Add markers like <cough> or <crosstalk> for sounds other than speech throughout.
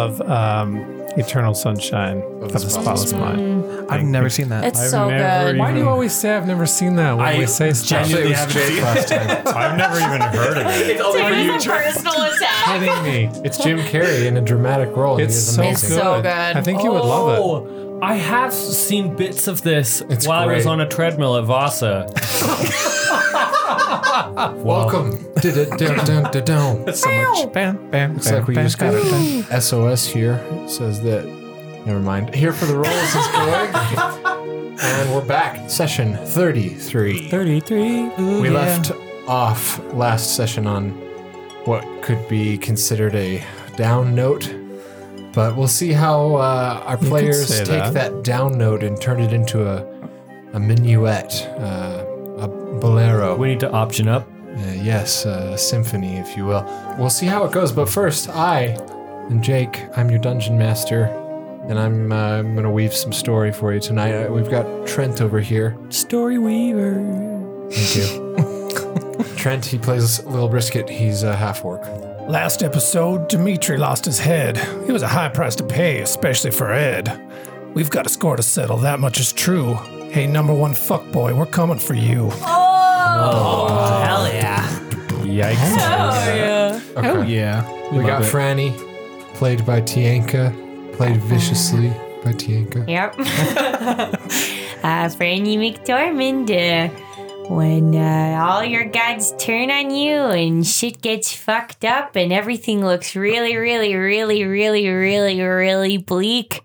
um, Eternal Sunshine Oh, of the Spotless Mind. I've never seen that. It's I've so never good. even- Why do you Mm-hmm. always say I've never seen that when we say stuff? genuinely haven't Actually, it was seen it last time. I've never even heard of it. It's only It you. is a personal attack. Kidding me. It's Jim Carrey in a dramatic role. And It's he is so amazing. good. so good. I think you would love it. I have seen bits of this It's while I was great. on a treadmill at Vasa. <laughs> Welcome. Du-du-dun-dun-dun-dun. That's so much. Bam, bam. Looks like we just got a SOS here. It says that. Never mind. Here for the rolls is going. and we're back. Session 33. Oh, 33. We left off last session on what could be considered a down note, but we'll see how uh, our players say take that. that. down note and turn it into a, a minuet, uh, a bolero. We need to option up. Uh, yes, uh, symphony, if you will. We'll see how it goes, but first, I and Jake, I'm your dungeon master, and I'm, uh, I'm going to weave some story for you tonight. Uh, we've got Trent over here. Story Weaver. Thank <laughs> you. Trent, he plays Little Brisket. He's a half orc. Last episode, Dimitri lost his head. It was a high price to pay, especially for Ed. We've got a score to settle, that much is true. Hey, number one fuckboy, we're coming for you. Oh, yeah. We, got Franny, played by Tianka, played viciously by Tianka. <laughs> Yep. <laughs> uh, Franny McDormand, uh, when uh, all your gods turn on you and shit gets fucked up and everything looks really, really, really, really, really, really bleak,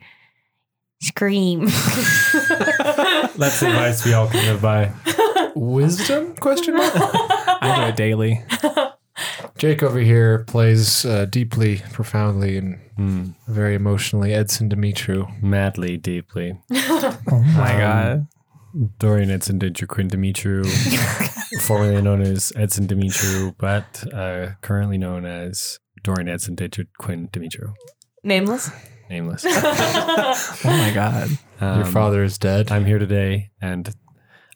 scream. <laughs> That's advice we all can live by. <laughs> Wisdom? Question mark. <laughs> I do it daily. Jake over here plays uh, deeply, profoundly, and very emotionally Edson Dimitru. Madly, <laughs> deeply. Oh Um, My God. Dorian Edson Dimitru <laughs> Dimitru, formerly known as Edson Dimitru, but uh, currently known as Dorian Edson Dimitru Dimitru. Nameless? Nameless. Oh my God. Um, Your father is dead. I'm here today, and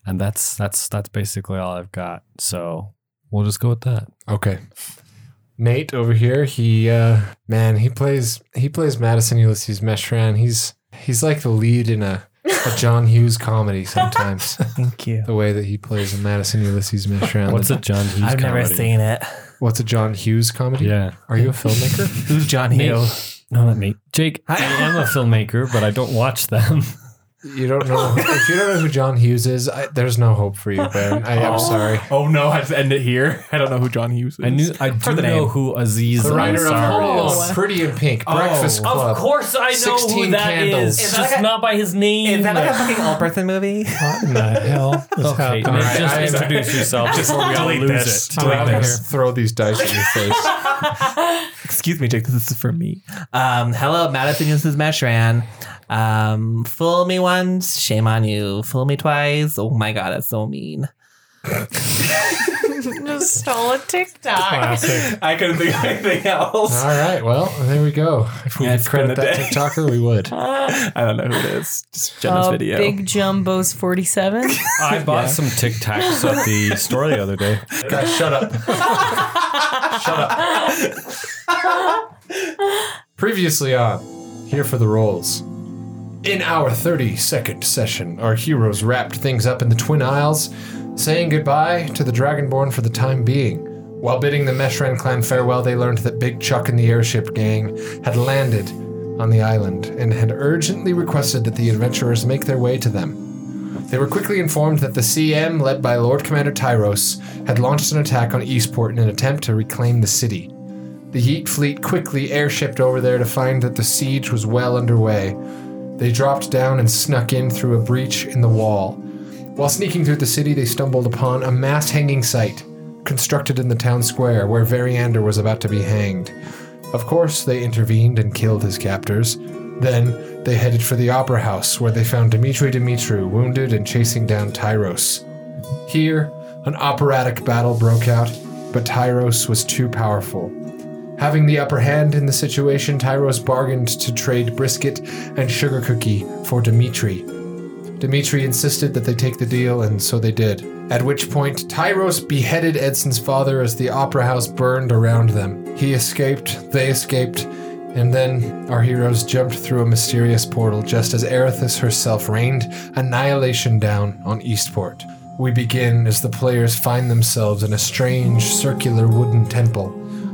and that's that's that's basically all I've got. So we'll just go with that. Okay. Nate over here, he uh man, he plays he plays Madison Ulysses Meshran. He's he's like the lead in a, <laughs> a John Hughes comedy sometimes. Thank you. the way that he plays in Madison Ulysses Meshran. What's a John Hughes I've never comedy? seen it. What's a John Hughes comedy? Yeah. Are you a <laughs> filmmaker? Who's John Nate. Hill? No, not me. Jake, I <laughs> am a filmmaker, but I don't watch them. you don't know if you don't know who John Hughes is, I, there's no hope for you, Ben. I am sorry. Oh no, I have to end it here. I don't know who John Hughes is. I knew I do the know name. who Aziz The writer of Ansari is. Home, Pretty in Pink, Breakfast Club. Oh. Of Oh, course, I know 16 who that is. candles. It's Is that Just like a- not by his name. Is that like a fucking Albertson movie? What in the hell is okay, happening? Nick, right, just I- introduce yourself <laughs> before we all Delete lose this. it. I'm Delete out this. here. Throw these dice in your face. <laughs> Excuse me, Jake. This is for me. Um, hello, Madison. This is Meshran. Um, fool me once, shame on you. Fool me twice. Oh my god, that's so mean. Just stole a TikTok. I couldn't think of anything else. All right. Well, there we go. If we Yeah, could it's been credit a that day. TikToker, we would. I don't know who it is. Just Jenna's Uh, video. Big Jumbo's 47. I bought some Tic Tacs at the store the other day. Guys, shut up. shut up. Previously on, here for the rolls. In our 30 second session, our heroes wrapped things up in the Twin Isles, saying goodbye to the Dragonborn for the time being. While bidding the Meshran clan farewell, they learned that Big Chuck and the airship gang had landed on the island and had urgently requested that the adventurers make their way to them. They were quickly informed that the CM, led by Lord Commander Tyros, had launched an attack on Eastport in an attempt to reclaim the city. The Heat Fleet quickly airshipped over there to find that the siege was well underway. They dropped down and snuck in through a breach in the wall. While sneaking through the city, they stumbled upon a mass hanging site, constructed in the town square where Variander was about to be hanged. Of course, they intervened and killed his captors. Then, they headed for the opera house, where they found Dimitri Dimitru wounded and chasing down Tyros. Here, an operatic battle broke out, but Tyros was too powerful. Having the upper hand in the situation, Tyros bargained to trade brisket and sugar cookie for Dimitri. Dimitri insisted that they take the deal, and so they did. At which point, Tyros beheaded Edson's father as the opera house burned around them. He escaped, they escaped, And then our heroes jumped through a mysterious portal just as Erithus herself rained annihilation down on Eastport. We begin as the players find themselves in a strange circular wooden temple.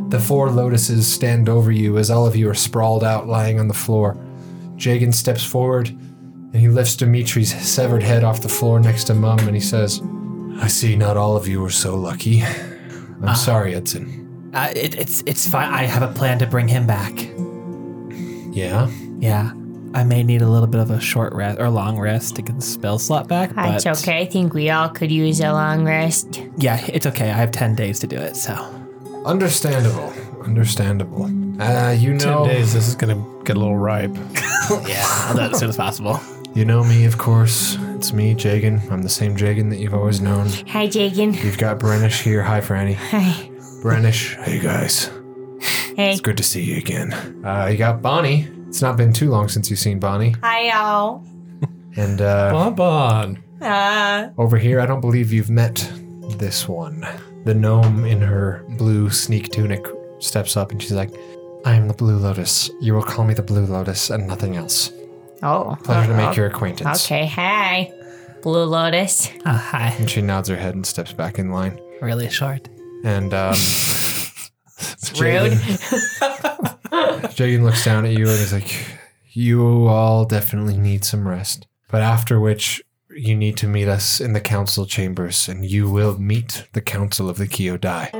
The four lotuses stand over you as all of you are sprawled out lying on the floor. Jagan steps forward and he lifts Dimitri's severed head off the floor next to Mum and he says, I see not all of you are so lucky. I'm sorry, Edson. Uh, it, it's it's fine. I have a plan to bring him back. Yeah? Yeah, I may need a little bit of a short rest or long rest to get the spell slot back. That's but okay. I think we all could use a long rest. Yeah, it's okay. I have ten days to do it. So Understandable. Understandable. Uh, you know, days, this is gonna get a little ripe. Oh. <laughs> yeah, I'll do it as soon as possible. you know me, of course. It's me, Jagan. I'm the same Jagan that you've always known. Hi, Jagan. <laughs> You've got Brennish here. Hi, Franny. Hi. Brennish. Hey, guys. Hey. It's good to see you again. Uh, you got Bonnie. It's not been too long since you've seen Bonnie. Hi, y'all. And uh, Bonbon. Uh, over here, I don't believe you've met this one. The gnome in her blue sneak tunic steps up and she's like, I am the Blue Lotus. You will call me the Blue Lotus and nothing else. Oh. Pleasure to make your acquaintance. Okay. Hi. Blue Lotus. Uh, hi. And she nods her head and steps back in line. Really short. And <laughs> um, <laughs> Rude. Jagan looks down at you and is like, You all definitely need some rest. But after which, you need to meet us in the council chambers and you will meet the council of the Kyodai.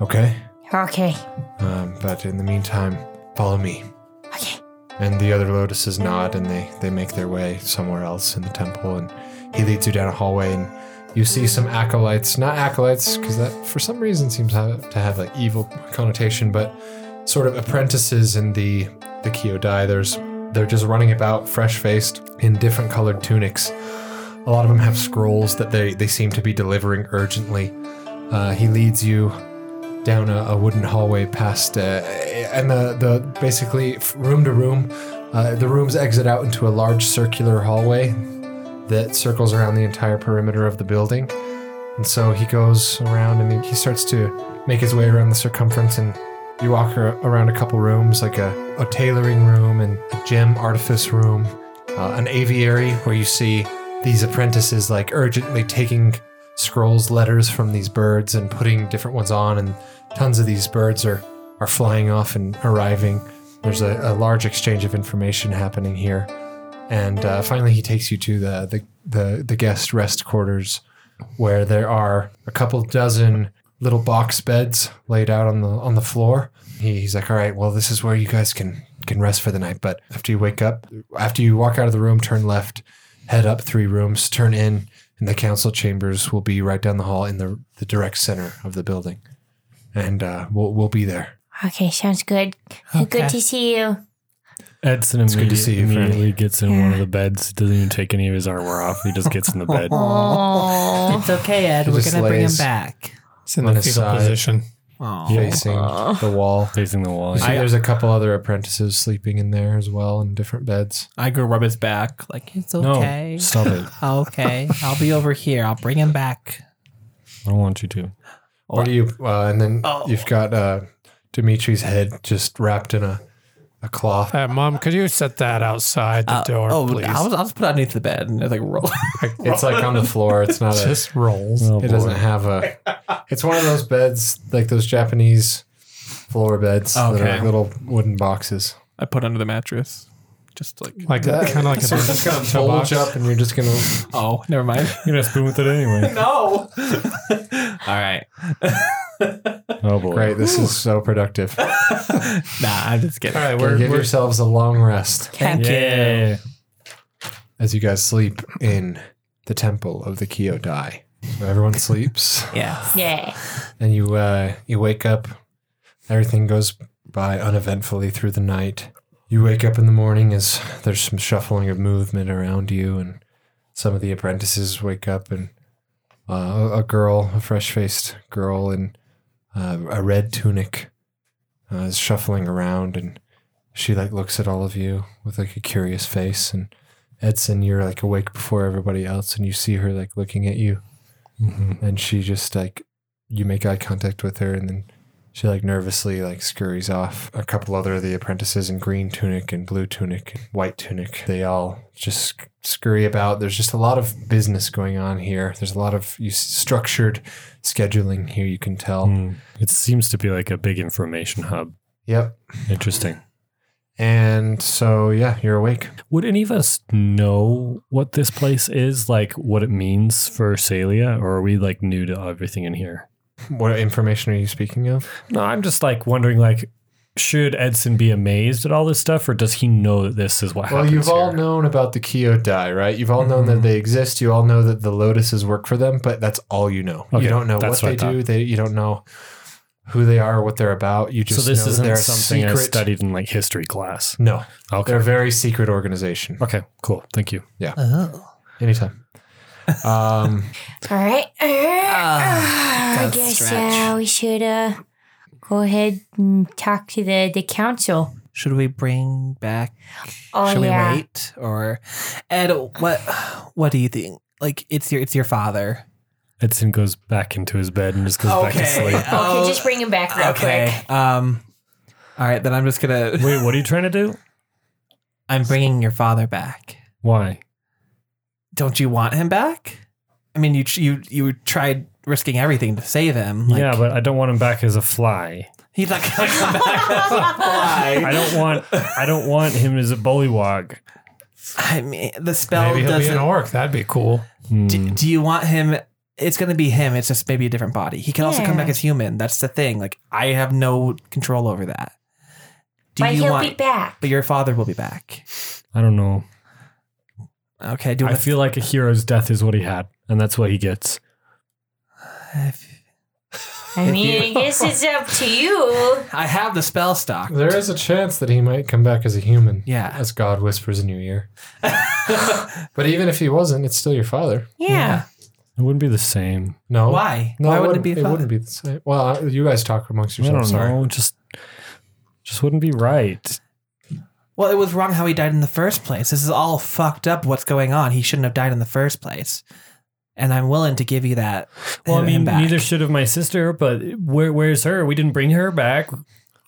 Okay? Okay. Um, but in the meantime, follow me. Okay. And the other lotuses nod and they, they make their way somewhere else in the temple. And he leads you down a hallway and you see some acolytes, not acolytes, because that for some reason seems to have, to have like evil connotation, but sort of apprentices in the, the Kyodai. There's, they're just running about fresh faced in different colored tunics. A lot of them have scrolls that they, they seem to be delivering urgently. Uh, he leads you down a, a wooden hallway past, uh, and the, the basically f- room to room, uh, the rooms exit out into a large circular hallway that circles around the entire perimeter of the building. And so he goes around and he starts to make his way around the circumference and you walk ar- around a couple rooms, like a, a tailoring room and a gem artifice room, uh, an aviary where you see these apprentices like urgently taking scrolls, letters from these birds and putting different ones on, and tons of these birds are, are flying off and arriving. There's a, a large exchange of information happening here. And uh, finally, he takes you to the, the, the, the guest rest quarters where there are a couple dozen little box beds laid out on the on the floor. He- He's like, "All right, well, this is where you guys can can rest for the night, but after you wake up, after you walk out of the room, turn left, head up three rooms, turn in, and the council chambers will be right down the hall in the the direct center of the building. And uh, we'll we'll be there." Okay. Sounds good. Good to see you. Edson immediate, good to see you, Franny. immediately gets in one of the beds. Doesn't even take any of his armor off. He just gets in the bed. Oh. <laughs> It's okay, Ed. We're just gonna bring him lays- back. It's in On the his fetal side. position. Oh, Facing the wall. Facing the wall. You see, there's a couple other apprentices sleeping in there as well in different beds. I go rub his back. Like it's okay. Stop it. okay, I'll be over here. I'll bring him back. I don't want you to. What do you? Uh, and then you've got uh, Dimitri's head just wrapped in a, a cloth. Hey, Uh, Mom, could you set that outside the door, oh, please? I'll, I'll just put it underneath the bed and it's like <laughs> roll. It's like on the floor. It's not a. Just rolls. Oh, It doesn't boy. have a. It's one of those beds like those Japanese floor beds that are Okay. like little wooden boxes. I put under the mattress. Just like Like a kind <laughs> of like So a it's just gonna a bulge box. up, and you're just gonna. <laughs> oh, never mind. You're gonna spoon with it anyway. <laughs> no. All right. Oh boy. Great, this is so productive. All Nah, I'm just kidding. right, we're, give yourselves a long rest Thank Yeah. as you guys sleep in the temple of the Kyodai. Everyone sleeps. you. Yeah. Yeah. And you uh, you wake up. Everything goes by uneventfully through the night. You wake up in the morning as there's some shuffling of movement around you, and some of the apprentices wake up, and uh, a girl, a fresh-faced girl in uh, a red tunic, uh, is shuffling around, and she like looks at all of you with like a curious face, and Edson, you're like awake before everybody else, and you see her like looking at you, and she just like you make eye contact with her and then She like nervously like scurries off. A couple other of the apprentices in green tunic and blue tunic and white tunic. They all just sc- scurry about. There's just a lot of business going on here. There's a lot of you, s- structured scheduling here. You can tell. Hmm. It seems to be like a big information hub. Yep. Interesting. And so yeah, you're awake. Would any of us know what this place is, like what it means for Salia, or are we like new to everything in here? What information are you speaking of? No, I'm just like wondering, like, should Edson be amazed at all this stuff, or does he know that this is what Well, happens? you've all here? known about the Kyodai, right? You've all known that they exist. You all know that the lotuses work for them, but that's all you know. Okay, you don't know what that's they what I do. They you don't know who they are, what they're about. You So just this know that they're isn't a something I secret. studied in like history class. No, Okay. they're a very secret organization. Okay. Cool. Thank you. Oh. <laughs> Anytime. Um, All right. I that's guess stretch. uh, we should uh, go ahead and talk to the, the council. Should we bring back? Oh, should yeah. we wait or Ed? What What do you think? Like it's your it's your father. Edson goes back into his bed and just goes back to sleep. Okay, Oh, just bring him back real okay. quick. Um. All right, then I'm just gonna. Wait, what are you trying to do? I'm bringing your father back. Why? Don't you want him back? I mean, you you you tried risking everything to save him. Like, yeah, but I don't want him back as a fly. he's not gonna come back. as a fly. I don't want. I don't want him as a bullywog. I mean, the spell Maybe he'll be an doesn't. orc. That'd be cool. Do, do you want him? It's gonna be him. It's just maybe a different body. He can also come Yeah. back as human. That's the thing. Like I have no control over that. Do but you he'll want? be back. But your father will be back. I don't know. Okay. Do you I want feel like a hero's death is what he had, and that's what he gets. I mean, <laughs> I guess it's up to you. I have the spell stock. there is a chance that he might come back as a human. Yeah. as God whispers in your ear. <laughs> but even if he wasn't, it's still your father. Yeah. It wouldn't be the same. No. Why? No, Why wouldn't it be It father? wouldn't be the same. Well, uh, you guys talk amongst I yourselves. don't sorry. know. Just, just wouldn't be right. Well, it was wrong how he died in the first place. This is all fucked up. What's going on? He shouldn't have died in the first place. And I'm willing to give you that. Well, I him mean, back. neither should have my sister. But where, where's her? We didn't bring her back.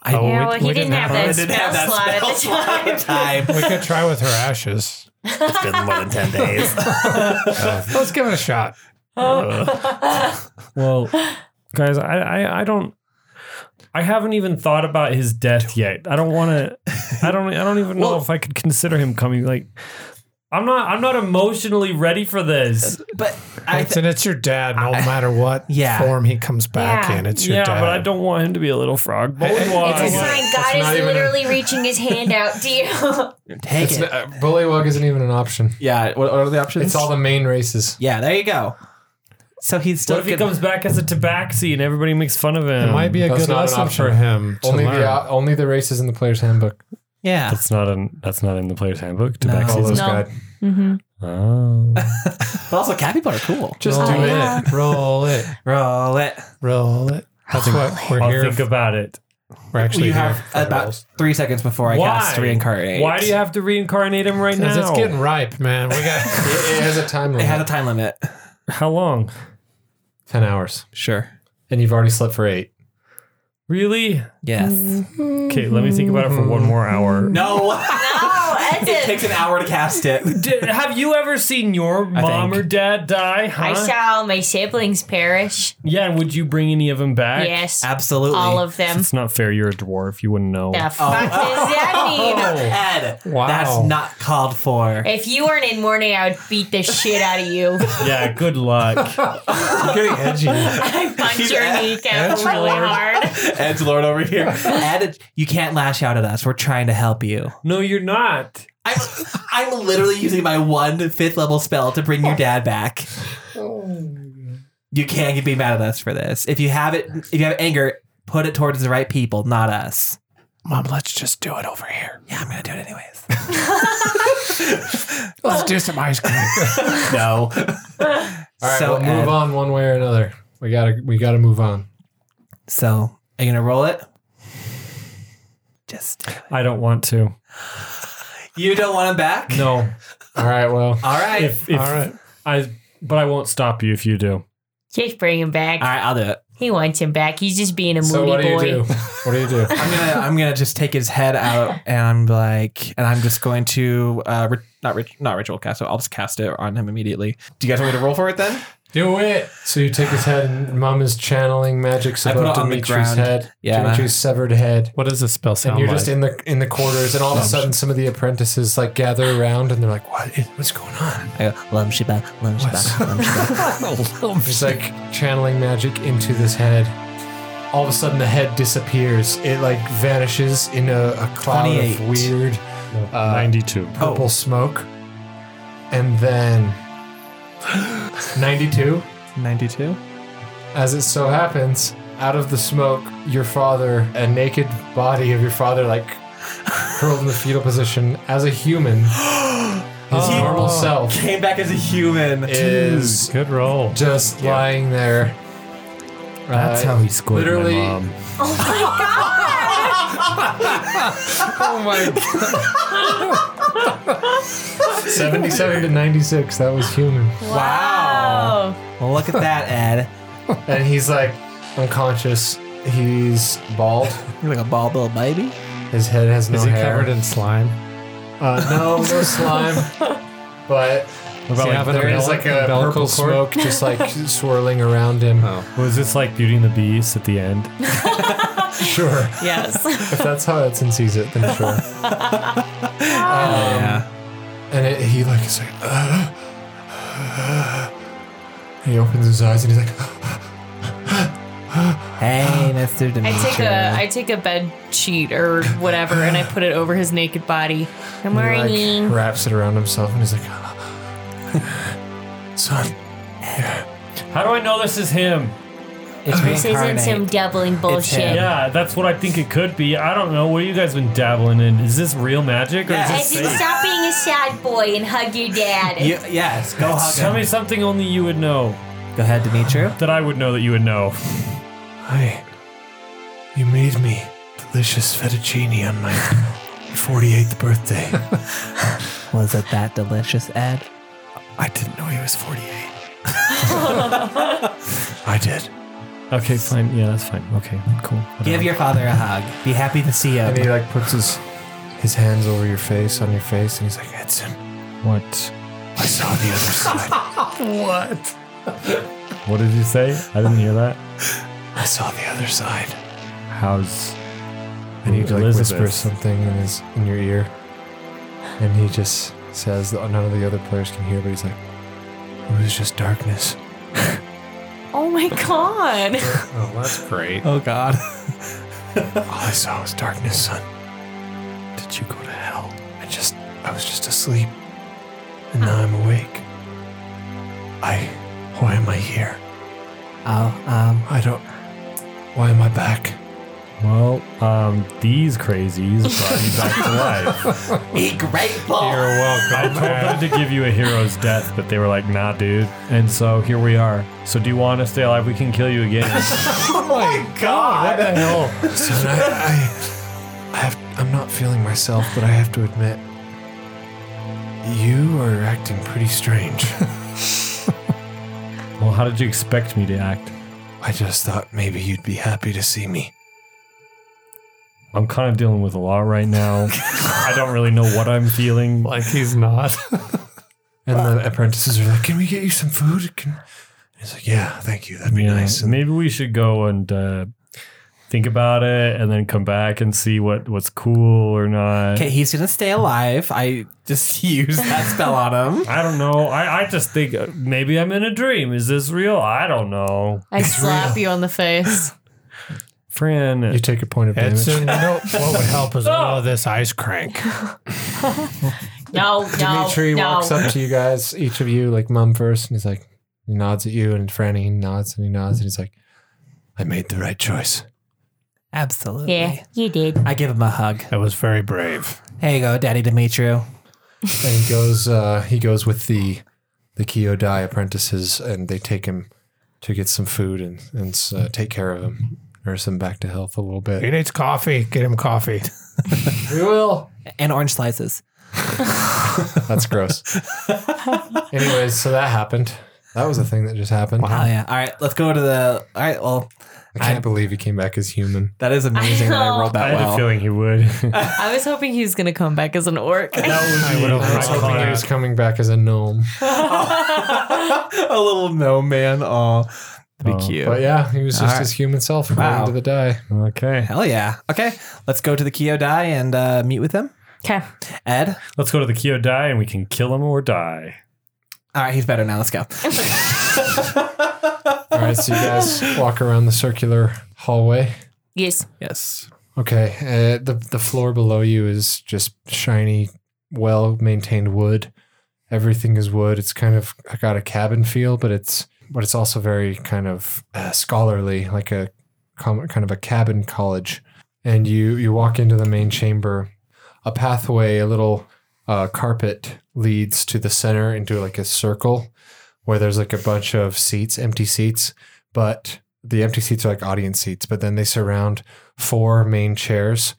I- <laughs> Oh, yeah, well, he we didn't have her. that spell slot at the time. time. We could try with her ashes. Uh, it's been more than <laughs> ten days. Let's give it a shot. Well, guys, I, I, I don't. I haven't even thought about his death yet. I don't want to. I don't. I don't even know if I could consider him coming. Like, I'm not. I'm not emotionally ready for this. but I It's, and it's your dad, no matter what Yeah. form he comes back Yeah. in. It's your Yeah, dad. but I don't want him to be a little frog. Bullywog. It's a sign God not is even a- literally reaching his hand out to you. take It's it. n- uh, Bullywug isn't even an option. yeah. What are the options? It's all the main races. yeah. There you go. So he's still. what if he gonna- comes back as a tabaxi and everybody makes fun of him? It might be a That's good not an lesson option. for him. To Only learn. the uh, only the races in the player's handbook. Yeah. That's not in. That's not in the player's handbook. <laughs> No. Tabaxi. Follows is- No. God. Oh. But also, cat people are cool. Just Oh, do it. yeah. roll it, Roll it. roll it. That's what we're I'll here. think about it. We're actually You here. have for about rolls. three seconds before I cast reincarnate. Why do you have to reincarnate him right 'Cause now? it's getting ripe, man. We got. It, it has a time It limit. had a time limit. How long? Ten hours, Sure. and you've already slept for eight. Really? Yes. Mm. Okay, let me think about it for one more hour. No. <laughs> oh, that's it it. takes an hour to cast it. <laughs> Did, have you ever seen your mom think. or dad die? Huh? I saw all my siblings perish. yeah, and would you bring any of them back? Yes. Absolutely. All of <laughs> them. It's not fair. You're a dwarf. You wouldn't know. The fuck Oh. does that mean? Ed, Wow. that's not called for. If you weren't in mourning, I would beat the shit out of <laughs> you. <laughs> Yeah, <laughs> good luck. Getting edgy. I punch your <laughs> kneecap Edge really lord. hard. Ed's Lord over <laughs> here. Ed, you can't lash out at us. We're trying to help you. no, you're not. I'm, I'm literally using my one fifth level spell to bring your dad back. You can't be mad at us for this. If you have it, if you have anger, put it towards the right people, not us. Mom, let's just do it over here. Yeah, I'm gonna do <laughs> it anyways. Let's do some ice cream. All no. right, so we'll move Ed, on one way or another. We gotta we gotta move on. So are you gonna roll it? Just do it. I don't want to. you don't want him back. No. All right, well, All right. If, if All right. I, but I won't stop you if you do. Just bring him back. All right, I'll do it. He wants him back. He's just being a moody So what do boy. <laughs> you do? What do you do? I'm gonna I'm gonna just take his head out and I'm like and I'm just going to uh ri- not rit- not ritual cast it. I'll just cast it on him immediately. Do you guys want me to roll for it then? Do it. So you take his head, and Mom is channeling magic so I put about it on the Dimitri's ground. head, Yeah. Dimitri's severed head, What does this spell and sound you're like? just in the in the quarters. And all of a sudden, some of the apprentices like gather around, and they're like, "What? Is, what's going on?" I go, Lum Shiba, Lum Shiba, <laughs> Lum Shiba. It's like channeling magic into this head. All of a sudden, the head disappears. It like vanishes in a, a cloud 28. of weird uh, 92. purple smoke, and then <gasps> ninety-two. 92? As it so happens, out of the smoke, your father, a naked body of your <laughs> father, like curled in the fetal position as <gasps> a human, his normal self Came back as a human. is Good roll. just lying there. That's how he scored literally, <laughs> Oh my god! oh my god! 77 to 96, that was human. Wow. Oh, Well, look at that, Ed. And he's like unconscious. He's bald. You're like a bald little baby. His head has no Is he hair. covered in slime? Uh, no, no slime. But What about yeah, like there is like a umbilical purple cord? smoke just like <laughs> swirling around him. Was this like Beauty and the Beast at the end? Sure. Yes. if that's how Edson sees it, then sure. yeah. And it, he like is like, "Ugh." he opens his eyes and he's like, Hey, Mr. I Dimitri. take a I take a bed sheet or whatever and I put it over his naked <laughs> body. good and he morning. like wraps it around himself and he's like, son, How do I know this is him? It's This isn't some reincarnate. doubling him. bullshit. Yeah, that's what I think it could be. I don't know. What have you guys been dabbling in? Is this real magic or Yeah. is Edson, this fake? stop being a sad boy and hug your dad. You, yes, go hug Tell him. me something only you would know Go ahead, Dimitri. that I would know that you would know. <laughs> hi, you made me delicious fettuccine on my 48th <laughs> birthday. Was it that delicious, Ed? I didn't know he was 48. I did. Okay, fine. Yeah, that's fine. Okay, cool. Give your father a hug. Be happy to see And him. he like puts his his hands over your face, on your face, and he's like, Edson, what? I saw the other side. What did you say? I didn't hear that. I saw the other side. How's And he like Elizabeth. whispers something in his in your ear. And he just says that none of the other players can hear, but he's like, It was just darkness. Oh my god. Oh, that's great. Oh, God. All I saw was darkness, son. Did you go to hell? I just, I was just asleep. And now I'm awake. I, why am I here? Oh, um, I don't, why am I back? well? Um, these crazies brought you back to life. be grateful. I told them to give you a hero's death, but they were like, nah, dude. And so here we are. So do you want to stay alive? We can kill you again. Son, I, I, I have, I'm not feeling myself, but I have to admit, you are acting pretty strange. <laughs> well, how did you expect me to act? I just thought maybe you'd be happy to see me. I'm kind of dealing with a lot right now. I don't really know what I'm feeling. Like he's not. And the apprentices are like, "Can we get you some food?" Can... He's like, "Yeah, thank you. That'd be Yeah, nice." And Maybe we should go and uh, think about it, and then come back and see what what's cool or not. Okay, he's gonna stay alive. I just <laughs> used that spell <laughs> on him. I don't know. I, I just think uh, maybe I'm in a dream. Is this real? I don't know. I slap you on the face. Fran, you take a point of damage. Edson, you know what would help is a <laughs> little of this ice crank. No, no, Dimitri Oh, no. walks up to you guys, each of you, like mum first, and he's like, he nods at you, and Franny nods and he nods, and he's like, "I made the right choice." Absolutely. Yeah, you did. I give him a hug. That was very brave. There you go, Daddy Dimitri. And he goes, uh, he goes with the the Kyodai apprentices, and they take him to get some food and and uh, take care of him, nurse him back to health a little He bit. needs coffee. Get him coffee. We will. And orange slices. That's gross. Anyways, so that happened. That was a thing that just happened. Oh yeah. All right, let's go to the. All right. Well, I can't believe he came back as human. that is amazing that I rolled I that had a well. feeling he would. <laughs> that I was hoping he's gonna come back as an <laughs> orc. would be I was my hoping he call. was coming back as a gnome. <laughs> a little gnome man. Oh, that'd be Oh, cute. But yeah, he was just All right. his human self according Wow. to the die. Okay, Hell yeah. Okay, let's go to the Kyo Dai and uh, meet with him. Okay. Ed. let's go to the Kyo die and we can kill him or die. All right, he's better now. Let's go. All right, so you <laughs> guys walk around the circular hallway. Yes. Yes. Okay, uh, the the floor below you is just shiny, well maintained wood. Everything is wood. It's kind of I got a cabin feel, but it's but it's also very kind of uh, scholarly, like a com- kind of a cabin college. And you you walk into the main chamber. A pathway, a little uh, carpet leads to the center into like a circle where there's like a bunch of seats, empty seats, but the empty seats are like audience seats, but then they surround four main chairs,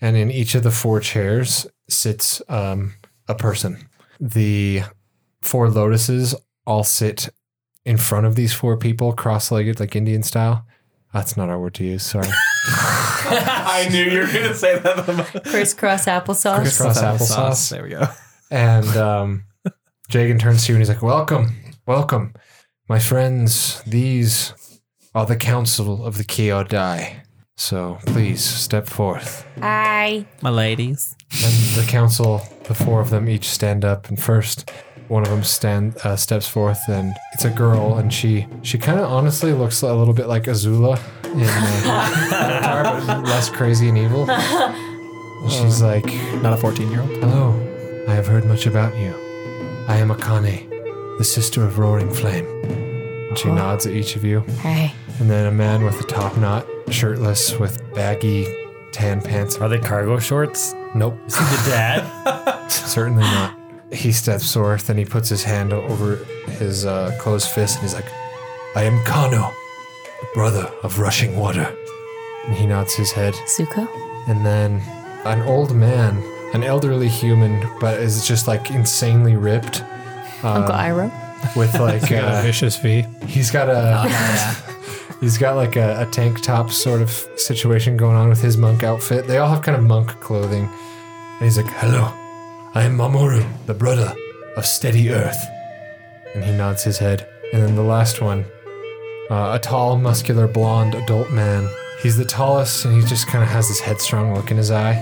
and in each of the four chairs sits um, a person. The four lotuses all sit in front of these four people, cross-legged, like Indian style. That's not our word to use. Sorry, I knew you were going to say that. Crisscross applesauce. Crisscross applesauce. There we go. And um, Jagan turns to you and he's like, "Welcome, welcome, my friends. These are the council of the Kyo Dai. So please step forth." Hi. My ladies. And the council, the four of them each stand up, and first one of them stand uh, steps forth, and it's a girl, and she she kind of honestly looks a little bit like Azula in uh, Avatar, <laughs> but less crazy and evil. And she's like, Um, Not a 14 year old. "Hello, I have heard much about you. I am Akane, the sister of Roaring Flame." And she nods at each of you. Hi. And then a man with a top knot, shirtless, with baggy tan pants. Are they cargo shorts? Nope. Is he the dad? Certainly not. He steps forth and he puts his hand over his uh, closed fist and he's like, I am Kano, the brother of Rushing Water. And he nods his head. Suko. And then an old man, an elderly human, but is just like insanely ripped Uncle Um, Iro. with like, Got a uh, vicious V. he's got Oh, a, <laughs> he's got like a, a tank top sort of situation going on with his monk outfit. They all have kind of monk clothing. And he's like, Hello, I am Mamoru, the brother of Steady Earth. And he nods his head. And then the last one, uh, a tall, muscular, blonde adult man. He's the tallest, and he just kind of has this headstrong look in his eye.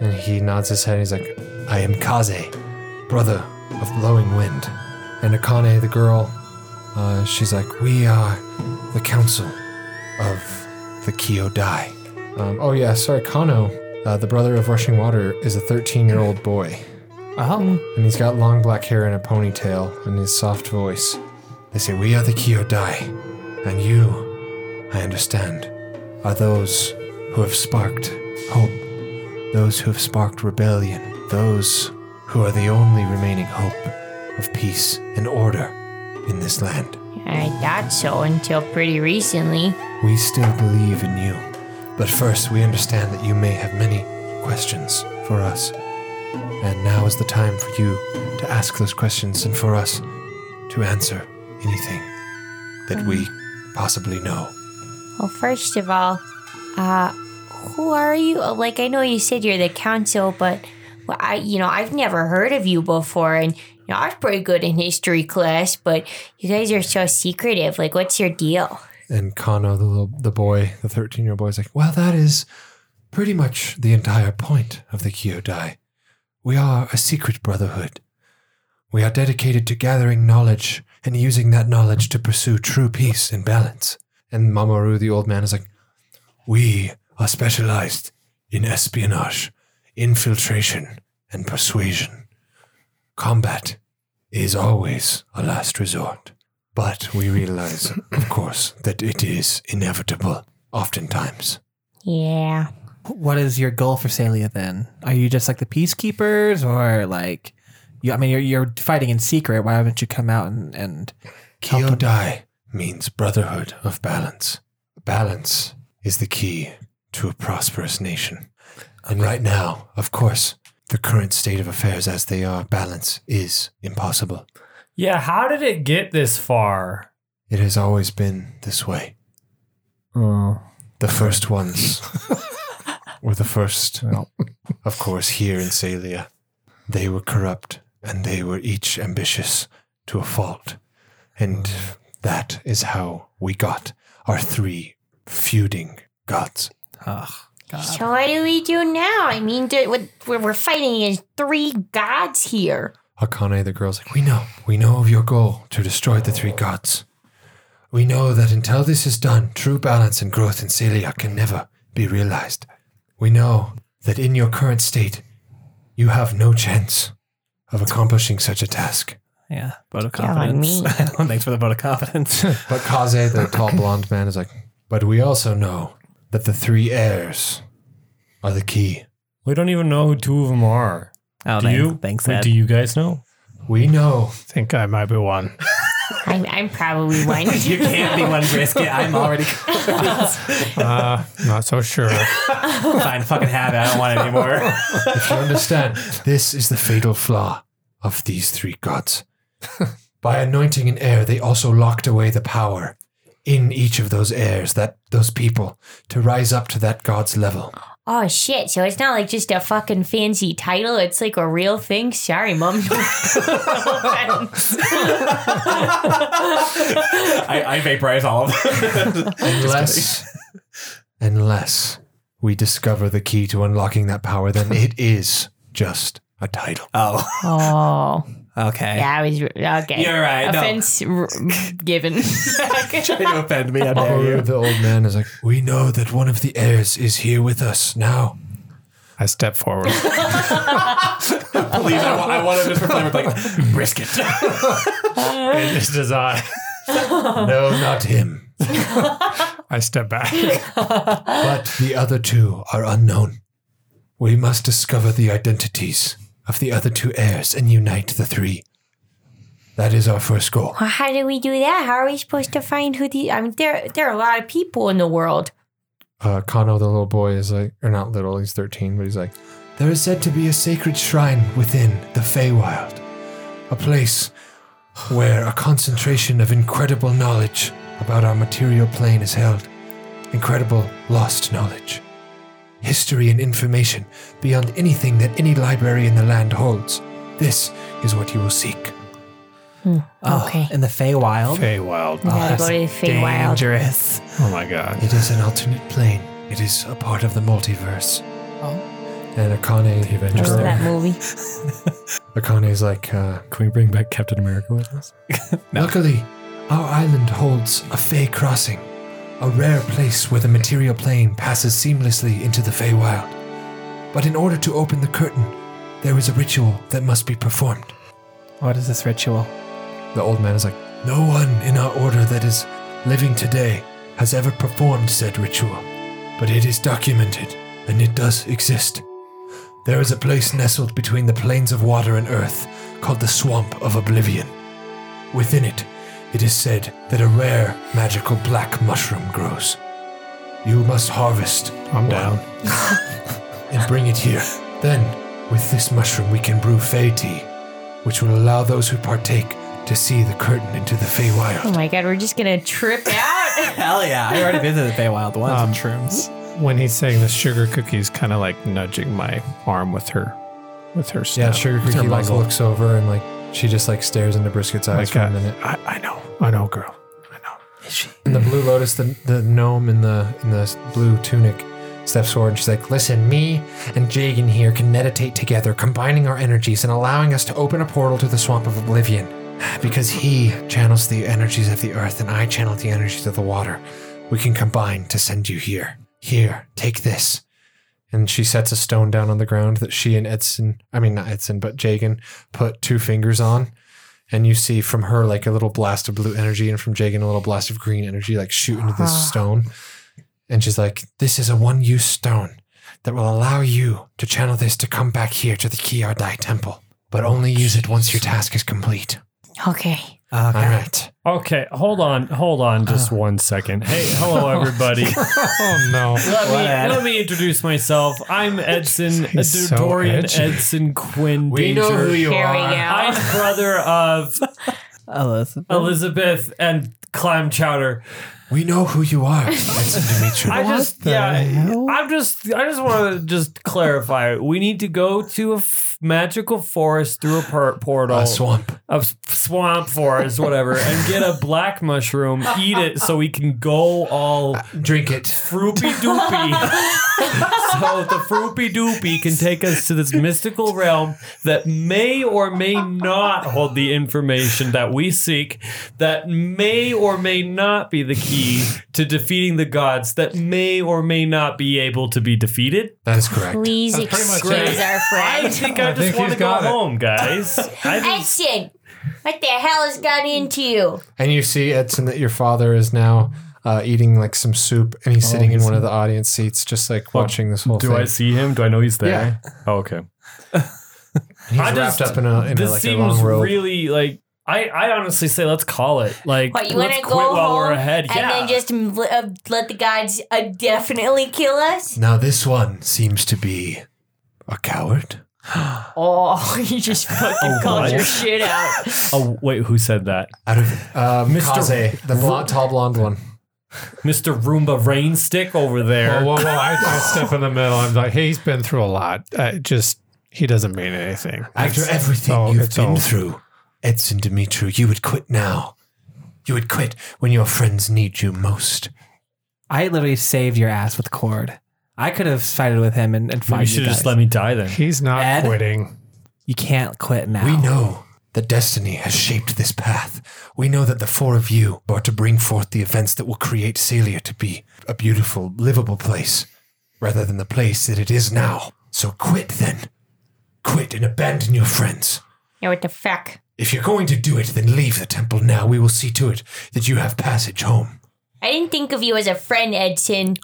And he nods his head. And he's like, I am Kaze, brother of Blowing Wind. And Akane, the girl, uh, she's like, We are the council of the Kyodai. Um, oh, yeah, sorry, Kano, uh, the brother of Rushing Water, is a 13 year old boy. Oh. And he's got long black hair and a ponytail and his soft voice. They say, We are the Kyodai, and you, I understand, are those who have sparked hope, those who have sparked rebellion, those who are the only remaining hope of peace and order in this land. I thought so until pretty recently. We still believe in you. But first, we understand that you may have many questions for us. And now is the time for you to ask those questions and for us to answer anything that we possibly know. Well, first of all, uh, who are you? Oh, Like, I know you said you're the council, but well, I, you know, I've never heard of you before, and you know, I was pretty good in history class, but you guys are so secretive. Like, what's your deal? And Kano, the, little, the boy, the 13 year old boy, is like, Well, that is pretty much the entire point of the Kyodai. We are a secret brotherhood. We are dedicated to gathering knowledge and using that knowledge to pursue true peace and balance. And Mamoru, the old man, is like, We are specialized in espionage, infiltration, and persuasion. Combat is always a last resort. But we realize, of course, that it is inevitable, oftentimes. Yeah. What is your goal for Salia then? Are you just like the peacekeepers or like. You, I mean, you're, you're fighting in secret. Why haven't you come out and. and help them? Kyodai means brotherhood of balance. Balance is the key to a prosperous nation. And right now, of course, the current state of affairs as they are, balance is impossible. <laughs> Yeah, how did it get this far? It has always been this way. Oh. The first ones were the first. Of course, here in Salia, they were corrupt and they were each ambitious to a fault. And that is how we got our three feuding gods. So what do we do now? I mean, do, what- we're, we're fighting against three gods here. Akane, the girl's like, We know. We know of your goal to destroy the three gods. We know that until this is done, true balance and growth in Celia can never be realized. We know that in your current state, you have no chance of accomplishing such a task. Yeah. Vote of confidence. me. <laughs> Thanks for the vote of confidence. But Kaze, the tall blonde man, is like, But we also know that the three heirs are the key. <laughs> We don't even know who two of them are. Oh, Do you? Thanks, Wait, Ed. do you guys know? We know think I might be one. I'm, I'm probably one. <laughs> You can't be one brisket. I'm already Uh, not so sure. fine. Fucking have it. <laughs> I don't want it anymore. You understand? <laughs> this is the fatal flaw of these three gods. <laughs> By anointing an heir, they also locked away the power in each of those heirs, that those people, to rise up to that god's level. oh shit! So it's not like just a fucking fancy title. It's like a real thing. Sorry, mom. <laughs> <laughs> I, I vaporize all of <laughs> them. <gasps> Unless, <laughs> unless we discover the key to unlocking that power, then <laughs> it is just a title. oh, oh, okay. that was okay. You're right. Offense r- given. No. Trying to offend me. How <laughs> dare Oh, you? the old man is like, we know that one of the heirs is here with us now. I step forward. Please, I, wa- I want to just reply with like <laughs> brisket. This is I. No, not him. I step back. But the other two are unknown. We must discover the identities of the other two heirs and unite the three. That is our first goal. Well, how do we do that? How are we supposed to find who the? I mean, there there are a lot of people in the world. Uh, Kano, the little boy, is like, or not little, he's 13, but he's like, There is said to be a sacred shrine within the Feywild, a place where a concentration of incredible knowledge about our material plane is held. Incredible lost knowledge. History and information beyond anything that any library in the land holds. This is what you will seek. Oh, Okay. in the Feywild. Feywild. We gotta Oh, go to the Feywild. Dangerous. Oh my god. It is an alternate plane. It is a part of the multiverse. And Akane, the Avengers. Remember that movie? Akane's like, uh, Can we bring back <laughs> Captain America with us? Luckily, our island holds a Fey crossing, a rare place where the material plane passes seamlessly into the Feywild. But in order to open the curtain, there is a ritual that must be performed. What is this ritual? The old man is like, No one in our order that is living today has ever performed said ritual, but it is documented and it does exist. There is a place nestled between the plains of water and earth called the Swamp of Oblivion. Within it, it is said that a rare magical black mushroom grows. You must harvest I'm down. and bring it here. Then, with this mushroom, we can brew Fey tea, which will allow those who partake to see the curtain into the Fey Oh Wild. my god, we're just gonna trip out. Hell yeah! I already visited the Feywild once. Um, shrooms. When he's saying this, Sugar Cookie's kind of like nudging my arm with her, with her. Yeah, snout, Sugar with her Cookie like muzzle. looks over and like she just like stares into Brisket's eyes Like, for a uh, minute. I, I know, I know, girl. And the Blue Lotus, the, the gnome in the in the blue tunic, steps forward and she's like, "Listen, me and Jagan here can meditate together, combining our energies and allowing us to open a portal to the swamp of oblivion, because he channels the energies of the earth and I channel the energies of the water. We can combine to send you here. Here, take this." And she sets a stone down on the ground that she and Edson, I mean, not Edson, but Jagan put two fingers on and you see from her like a little blast of blue energy and from Jagan a little blast of green energy like shoot into this stone. And she's like, This is a one use stone that will allow you to channel this to come back here to the Kiardai temple. But only use it once your task is complete. <laughs> Okay. All right. Okay, hold on, hold on <sighs> just one second. Hey, hello <laughs> everybody. Oh no. let, me, Glad. let me introduce myself. <laughs> I'm Edson, He's so Dorian edgy. Edson Quinn We know Danger. who you Here we are. go. I'm brother of <laughs> Elizabeth. Elizabeth and Clam Chowder. We know who you are, Ensign Dimitri. I just yeah, I'm just I just want to just clarify. We need to go to a f- magical forest through a por- portal, A swamp. a s- swamp forest, whatever, and get a black mushroom, eat it, so we can go all Drink it. froopy doopy. <laughs> so the froopy doopy can take us to this mystical realm that may or may not hold the information that we seek, that may or may not be the key to defeating the gods, that may or may not be able to be defeated. That is correct. Please That's pretty much excuse it. our I friend. think I, think just want he's to go got it. <laughs> home, guys. <laughs> I think Edson, what the hell has gotten into you? And you see, Edson, that your father is now uh, eating like some soup, and he's sitting in one of the audience seats, just like watching this whole Do thing. I see him? Do I know he's there? Oh, okay. he's I wrapped just- up in a, in a, this like a seems long robe. really like. I, I honestly say let's call it. Like, What, you want let's to quit go home while we're ahead. and yeah. then just mm, l- uh, let the gods uh, definitely kill us? now this one seems to be a coward. Oh, <laughs> you just fucking called what? your shit out. oh wait, who said that? Out of um, Mr. Kaze, the blonde, tall blonde one. Mr. Roomba Rainstick over there. Whoa, whoa, whoa. I, I step in the middle. I'm like, hey, he's been through a lot. I just, he doesn't mean anything. After It's- everything oh, you've it's been all- through, Edson Dimitri, you would quit now. You would quit when your friends need you most. I literally saved your ass with cord. I could have sided with him and, and Maybe you fight you. should have guys. just let me die then. He's not Ed? quitting. you can't quit now. We know that destiny has shaped this path. We know that the four of you are to bring forth the events that will create Celia to be a beautiful, livable place, rather than the place that it is now. So quit then. Quit and abandon your friends. Yeah, what the fuck? If you're going to do it, then leave the temple now. We will see to it that you have passage home. I didn't think of you as a friend, Edson.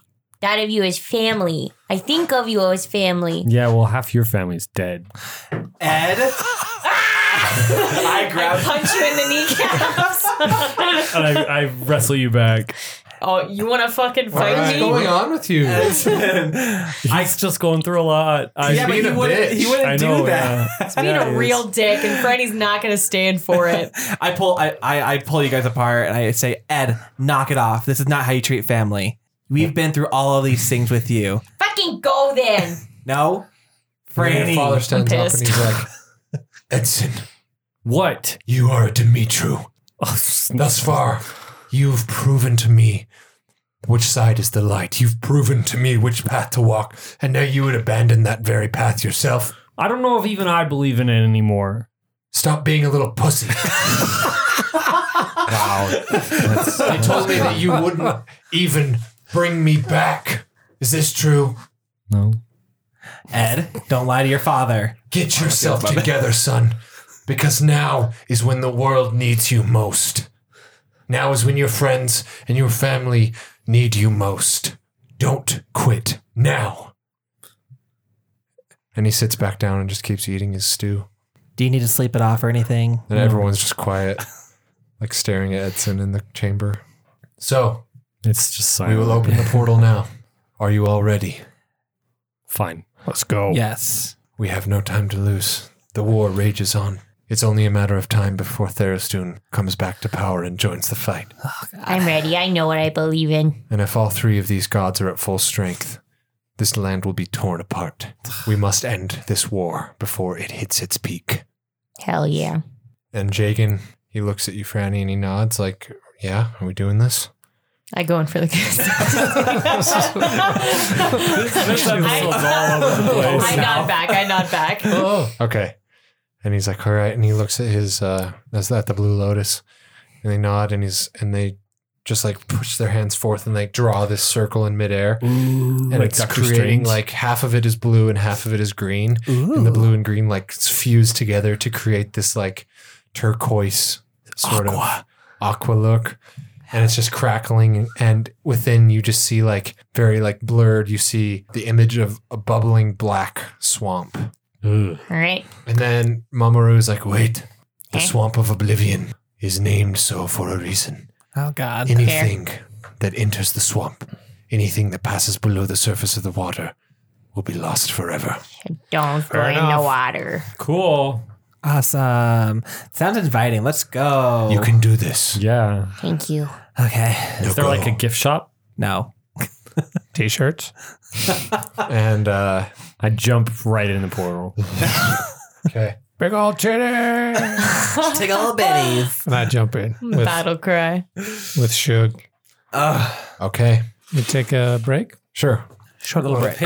Thought of you as family. I think of you as family. Yeah, well, half your family's dead. Ed. I grabbed. <laughs> Punch you in the kneecaps. And I, I wrestle you <laughs> back. oh, you want to fucking fight me? on with you? He's just going through a lot. I, Yeah, but being he a wouldn't. He bitch. I wouldn't do know, that. He's being a real dick, and Freddy's not going to stand for it. I pull I, I, I pull you guys apart and I say, Ed, knock it off. This is not how you treat family. We've been through all of these things with you. <laughs> Fucking go then. No? Franny. stands up and he's like, <laughs> Edson, What? you are a Dimitru. Oh, s- Thus far, you've proven to me which side is the light. You've proven to me which path to walk, and now you would abandon that very path yourself. I don't know if even I believe in it <laughs> anymore. Stop being a little pussy. <laughs> wow. They told me that you wouldn't even bring me back. Is this true? No. Ed, don't lie to your father. Get yourself together, son, because now is when the world needs you most. Now is when your friends and your family need you most. Don't quit now. And he sits back down and just keeps eating his stew. Do you need to sleep it off or anything? Mm. And everyone's just quiet, <laughs> like staring at Edson in the chamber. So, It's just we silent. will open the portal <laughs> now. Are you all ready? Fine. Let's go. Yes. We have no time to lose. The war rages on. It's only a matter of time before Therastun comes back to power and joins the fight. I'm ready. I know what I believe in. And if all three of these gods are at full strength, this land will be torn apart. We must end this war before it hits its peak. Hell yeah. And Jagan, he looks at you, Franny, and he nods, like, Yeah, are we doing this? I go in for the kiss. <laughs> I, I nod back. I nod back. Oh, okay. And he's like, All right. And he looks at his, uh, is that the Blue Lotus? And they nod, and he's, and they just like push their hands forth and they draw this circle in midair. and like it's Doctor creating Strange. like half of it is blue and half of it is green, and the blue and green like s- fuse together to create this like turquoise sort of aqua look, and it's just crackling. And within you just see like very like blurred. You see the image of a bubbling black swamp, All right. and then Mamoru is like, "Wait, the Eh? swamp of oblivion is named so for a reason." Oh god. Anything that enters the swamp, anything that passes below the surface of the water, will be lost forever. Don't go in the water. cool. Awesome. Sounds inviting. Let's go. You can do this. Yeah. Thank you. Okay. Is there like a gift shop? No. T-shirts. And uh, I jump right in the portal. okay, Big old titty. and Take all <laughs> Benny's. I jump in with Battle cry. with Shug. Ugh. okay, You take a break. sure. Short little break.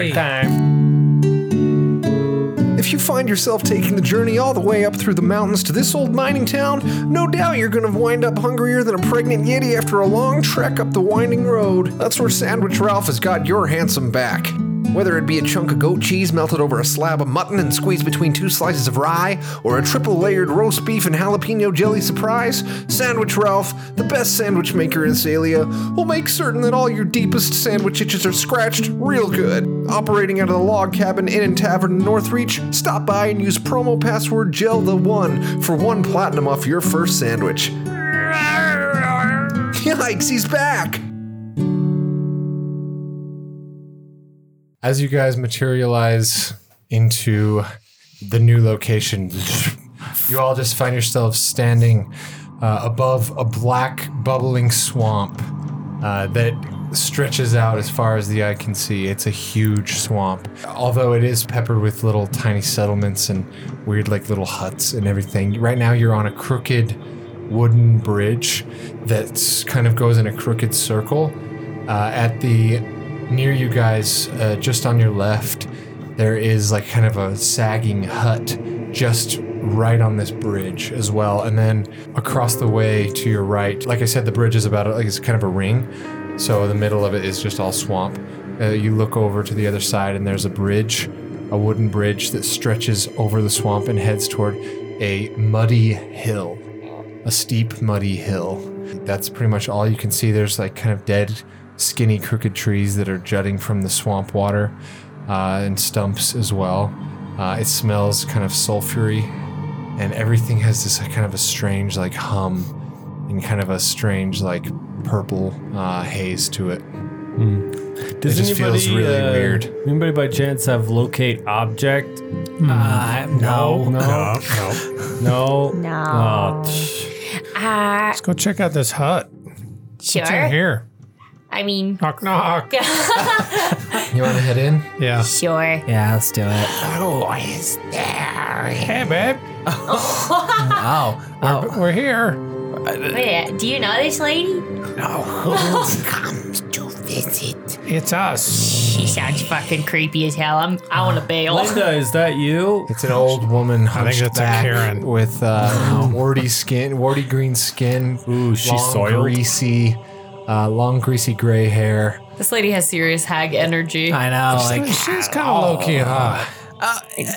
If you find yourself taking the journey all the way up through the mountains to this old mining town, no doubt you're going to wind up hungrier than a pregnant yeti after a long trek up the winding road. That's where Sandwich Ralph has got your handsome back. Whether it be a chunk of goat cheese melted over a slab of mutton and squeezed between two slices of rye, or a triple layered roast beef and jalapeno jelly surprise, Sandwich Ralph, the best sandwich maker in Salia, will make certain that all your deepest sandwich itches are scratched real good. Operating out of the log cabin inn and tavern in Northreach, stop by and use promo password gel the one for one platinum off your first sandwich. Yikes, he's back! As you guys materialize into the new location, you all just find yourselves standing uh, above a black, bubbling swamp uh, that stretches out as far as the eye can see. It's a huge swamp, although it is peppered with little tiny settlements and weird, like little huts and everything. Right now, you're on a crooked wooden bridge that kind of goes in a crooked circle. Uh, at the near you guys, uh, just on your left, there is like kind of a sagging hut just right on this bridge as well. And then across the way to your right, like I said, the bridge is about like it's kind of a ring. So the middle of it is just all swamp. Uh, you look over to the other side, and there's a bridge, a wooden bridge that stretches over the swamp and heads toward a muddy hill a steep, muddy hill. That's pretty much all you can see. There's like kind of dead, skinny, crooked trees that are jutting from the swamp water uh, and stumps as well. Uh, it smells kind of sulfury, and everything has this kind of a strange, like, hum and kind of a strange, like, purple uh, haze to it. Does It just feels really weird. uh, Anybody by chance have locate object? Uh, No. no. no. No. No. Oh, tch. Uh, Let's go check out this hut. It's in sure. here. I mean, Knock knock. You want to head in? Yeah. sure. Yeah, let's do it. Hey, <laughs> babe. Wow. Oh, We're here. Wait, uh, do you know this lady? It's us. She sounds fucking creepy as hell. I'm, I want to bail. <laughs> Linda, is that you? It's an old woman think hunched that's a back Karen. with uh, warty skin, warty green skin. Ooh, she's long, soiled. greasy, uh, long, greasy gray hair. This lady has serious hag energy. I know. Like, She's kind of low key, Oh. huh?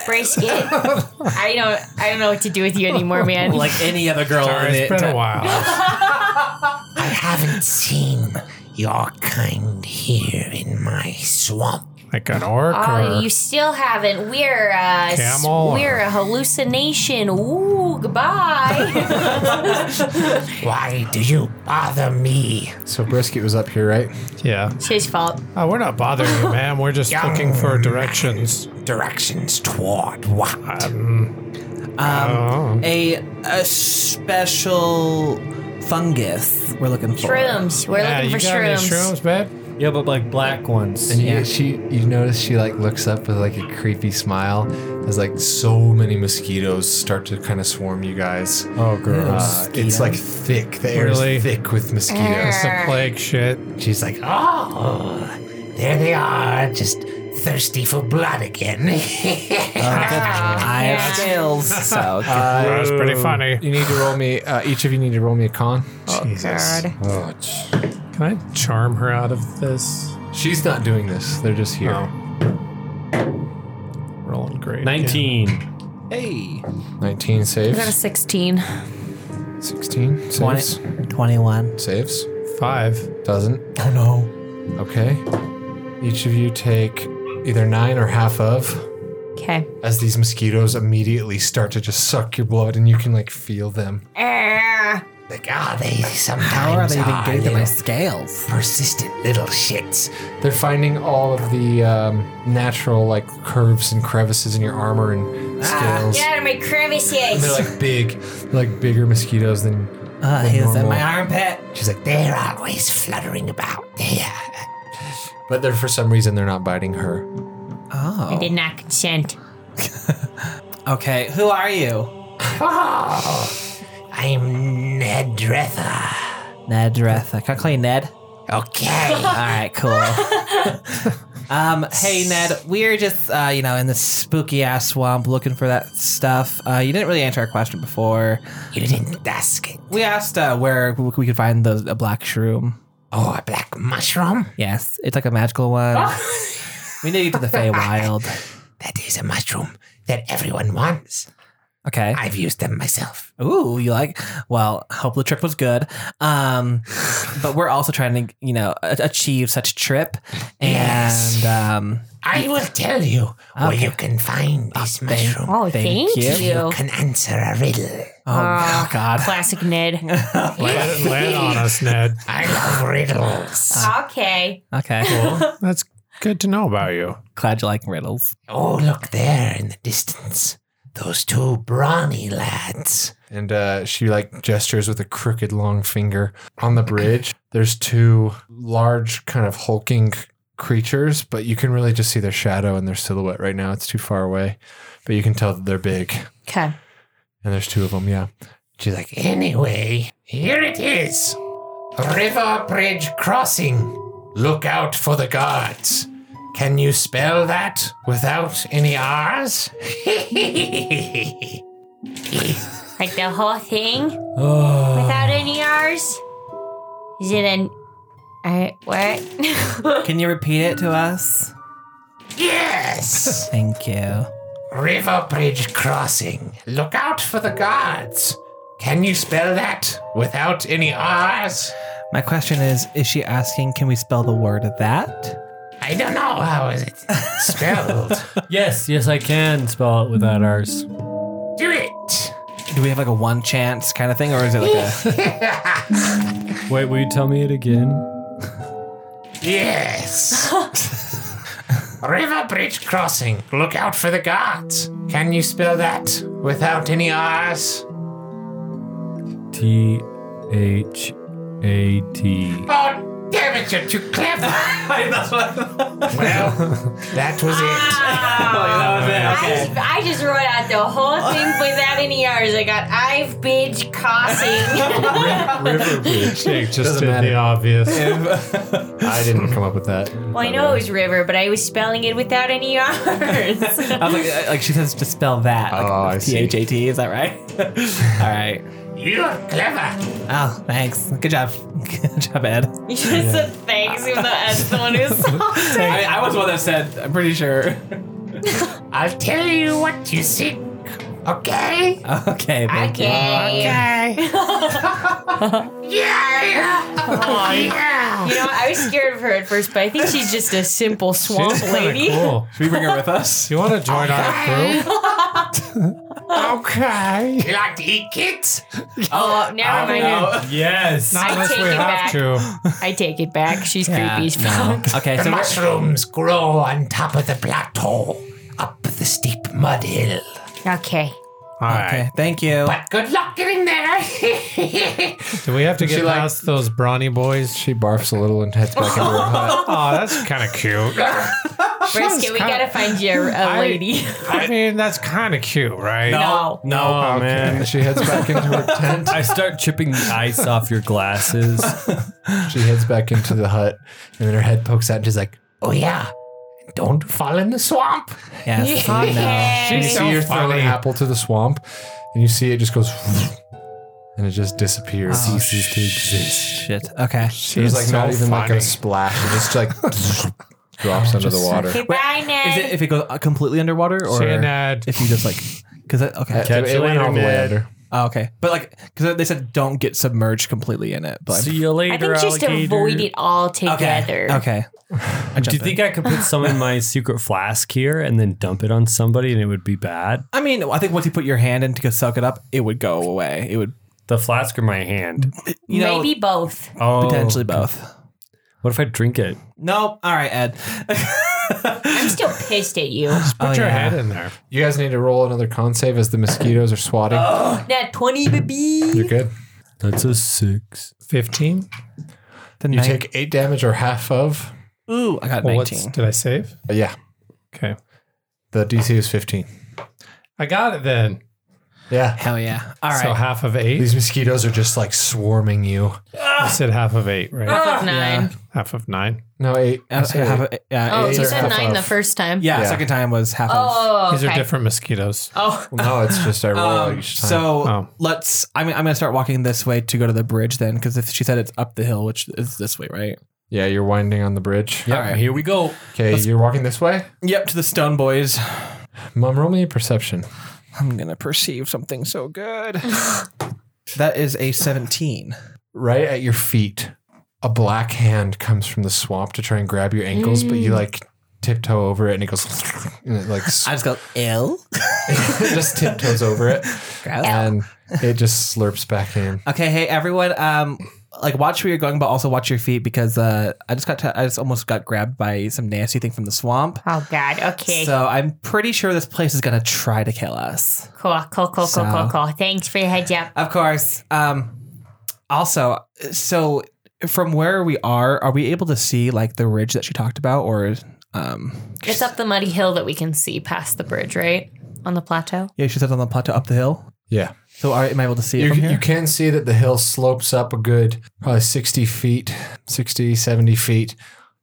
Brisket. I don't, I don't know what to do with you <laughs> anymore, man. like any other girl Sorry, in it's it. been a while. <laughs> I haven't seen your kind here in my swamp. Like an orc Oh, or you still haven't. We're a Camel we're or- a hallucination. Ooh, <laughs> goodbye. Why do you bother me? So brisket was up here, right? yeah. it's his fault. Oh, we're not bothering you, ma'am. We're just looking for directions. Directions toward what? Um, a, a special fungus we're looking for. Shrooms. We're yeah, looking for you got shrooms. any shrooms, babe? Yeah, but like black ones. And you, she, you notice she like looks up with like a creepy smile as like so many mosquitoes start to kind of swarm you guys. Oh, gross. Uh, it's like thick. The air is Really? thick with mosquitoes. The plague shit. She's like, "Ah, Oh, there they are, just thirsty for blood again. I have skills, so uh, That was Oh. pretty funny. you need to roll me. Uh, each of you need to roll me a con. Jesus. Can I charm her out of this? She's not doing this. They're just here. Oh. Rolling great. 19. hey. 19 I got a saves. 16. 16 20, saves. 21. Saves. again. Five. Doesn't. Oh no. Okay. Each of you take either nine or half of Okay. as these mosquitoes immediately start to just suck your blood and you can like feel them. Arr. Like, ah, they sometimes How are they even getting to my little scales? persistent little shits. They're finding all of the um, natural like curves and crevices in your armor Ah, and scales. Get out of my And crevices. they're like big, like bigger mosquitoes than. Uh, than he was in normal. my armpit. She's like, they're always fluttering about. Yeah. But they're for some reason they're not biting her. I Oh. did not consent. Okay, who are you? <laughs> I'm Ned Dretha. Ned Dretha. Can I call you Ned? Okay. <laughs> All right, <laughs> cool. um, hey Ned, we're just uh, you know in this spooky ass swamp looking for that stuff. Uh, you didn't really answer our question before. you didn't ask it. We asked uh, where we could find the a black shroom. Oh, a black mushroom? Yes, it's like a magical <laughs> one. we need to get to the Feywild. That is a mushroom that everyone wants. Okay. I've used them myself. Ooh, you like? Well, hope the trip was good. Um, but we're also trying to you know a- achieve such a trip, and Yes. um, I will tell you where Okay. you can find Ah. this mushroom. Oh, Thank thank, you. you. You can answer a riddle. oh, oh god, Classic <laughs> <laughs> Ned. Land, land on us, Ned. I love riddles. okay. okay, cool. That's good to know about you. Glad you like riddles. Oh, look there in the distance. Those two brawny lads. And uh, she like gestures with a crooked long finger on the bridge. <clears throat> There's two large, kind of hulking creatures, but you can really just see their shadow and their silhouette right now. It's too far away, but you can tell that they're big. Okay. And there's two of them. Yeah. She's like, anyway, here it is. River Bridge Crossing. Look out for the guards. Can you spell that without any <laughs> R's? Like the whole thing? Oh. Without any R's? Is it an. I. What? Can you repeat it to us? yes! Thank you. River Bridge Crossing. Look out for the guards. Can you spell that without any R's? My question is: Is she asking? Can we spell the word that? I don't know <laughs> how is it spelled. Yes, yes, I can spell it without ours. Do it. Do we have like a one chance kind of thing, or is it like a? Wait, will you tell me it again? <laughs> Yes. River Bridge Crossing. Look out for the guards. Can you spell that without any R's? T H A T. Oh, damn it, you're too clever. well, that was it. I, I just wrote out the whole thing without any R's. I got I've been crossing. River bridge. Jake just Doesn't did matter. the obvious. I didn't come up with that. well, I know it was river, but I was spelling it without any <laughs> R's. <laughs> I was like, like she says to spell that. Like, Oh, I see. T H A T. E, Is that right? All right. You're clever. <laughs> Oh, thanks. Good job. <laughs> Good job, Ed. you just said thanks, even though Ed's the one who solved it. I, I was the one that said. I'm pretty sure. I'll tell you what you think. Okay? Okay. thank you. Okay. <laughs> Yeah. You know, I was scared of her at first, but I think she's just a simple swamp lady. Cool. Should we bring her with us? Do you want to join our crew? <laughs> okay. You like to eat kids? Oh, never mind. Yes. Not unless take we it have back. to. I take it back. She's Yeah, creepy as no. fuck. Okay, The so we're- mushrooms grow on top of the plateau, up the steep mud hill. Okay. All right. okay, thank you. But good luck getting <laughs> there. Do we have to get like- past those brawny boys? She barfs a little and heads back into her hut. Oh, that's kind of cute. Brisket, we gotta find you a, a lady. <laughs> I mean, that's kind of cute, right? No. No, man. She heads back into her tent. I start chipping the ice off your glasses. She heads back into the hut, and then her head pokes out, and she's like, Oh yeah. Don't fall in the swamp. Yes. Okay. and you so see her throw an funny. apple to the swamp, and you see it just goes, and it just disappears. ceases to exist. Shit. Okay. There's like Oh, so not even like funny. a splash. It <laughs> just like drops under the water. Okay, bye, Is Ned. it if it goes uh, completely underwater or See you, Ned. if you just like because okay It, it went all the way under. oh, okay but like because they said don't get submerged completely in it but See you later, I think just alligator. avoid it all together. okay okay I Do you think I could put some in my secret flask here and then dump it on somebody and it would be bad? I mean I think once you put your hand in to go soak it up it would go away it would the flask or my hand? You know, Maybe both. Oh, potentially both. What if I drink it? Nope. All right, <laughs> Ed. I'm still pissed at you. Put Oh, your yeah. head in there. You guys need to roll another con save as the mosquitoes are swatting. Oh. Not 20, baby. You're good. That's a six. 15. The You nine- take eight damage or half of. Ooh, I got Well, what's, 19. did I save? Uh, yeah, Okay. the DC is 15. I got it then. Yeah. Oh, Hell yeah. All right. So half of eight. These mosquitoes are just like swarming you. You said half of eight, Ah. right? Half of nine. half of nine. No, eight. Uh, Sorry. half a- yeah, Oh, eight Eight you or or- said half nine the of. first time. yeah, yeah. second time was half of. Oh, These are okay. different mosquitoes. Oh, no, it's just I roll Um, each time. so Oh. let's. I'm, I'm gonna start walking this way to go to the bridge then, because if she said it's up the hill, which is this way, right? yeah, you're winding on the bridge. Yeah. All right. Here we go. Okay, you're walking this way. Yep, to the stone boys. Mom, roll me a perception. I'm gonna perceive something so good. that is a 17. Right at your feet, a black hand comes from the swamp to try and grab your ankles, but you like tiptoe over it and it goes and it like s- Mm. <laughs> I just go L. <laughs> just tiptoes over <laughs> it and it just slurps back in. Okay, hey everyone. Um, like watch where you're going, but also watch your feet because uh, I just got to, I just almost got grabbed by some nasty thing from the swamp. Oh, God. Okay. So I'm pretty sure this place is gonna try to kill us. cool, cool, cool, cool, cool, So- cool. Thanks for the heads up. Of course. Um, also, so from where we are, are we able to see like the ridge that she talked about, or um, it's up the muddy hill that we can see past the bridge, right? On the plateau. yeah, she said on the plateau up the hill. Yeah. So are, am I able to see it You, from here? you can see that the hill slopes up a good probably 60 feet, 60, 70 feet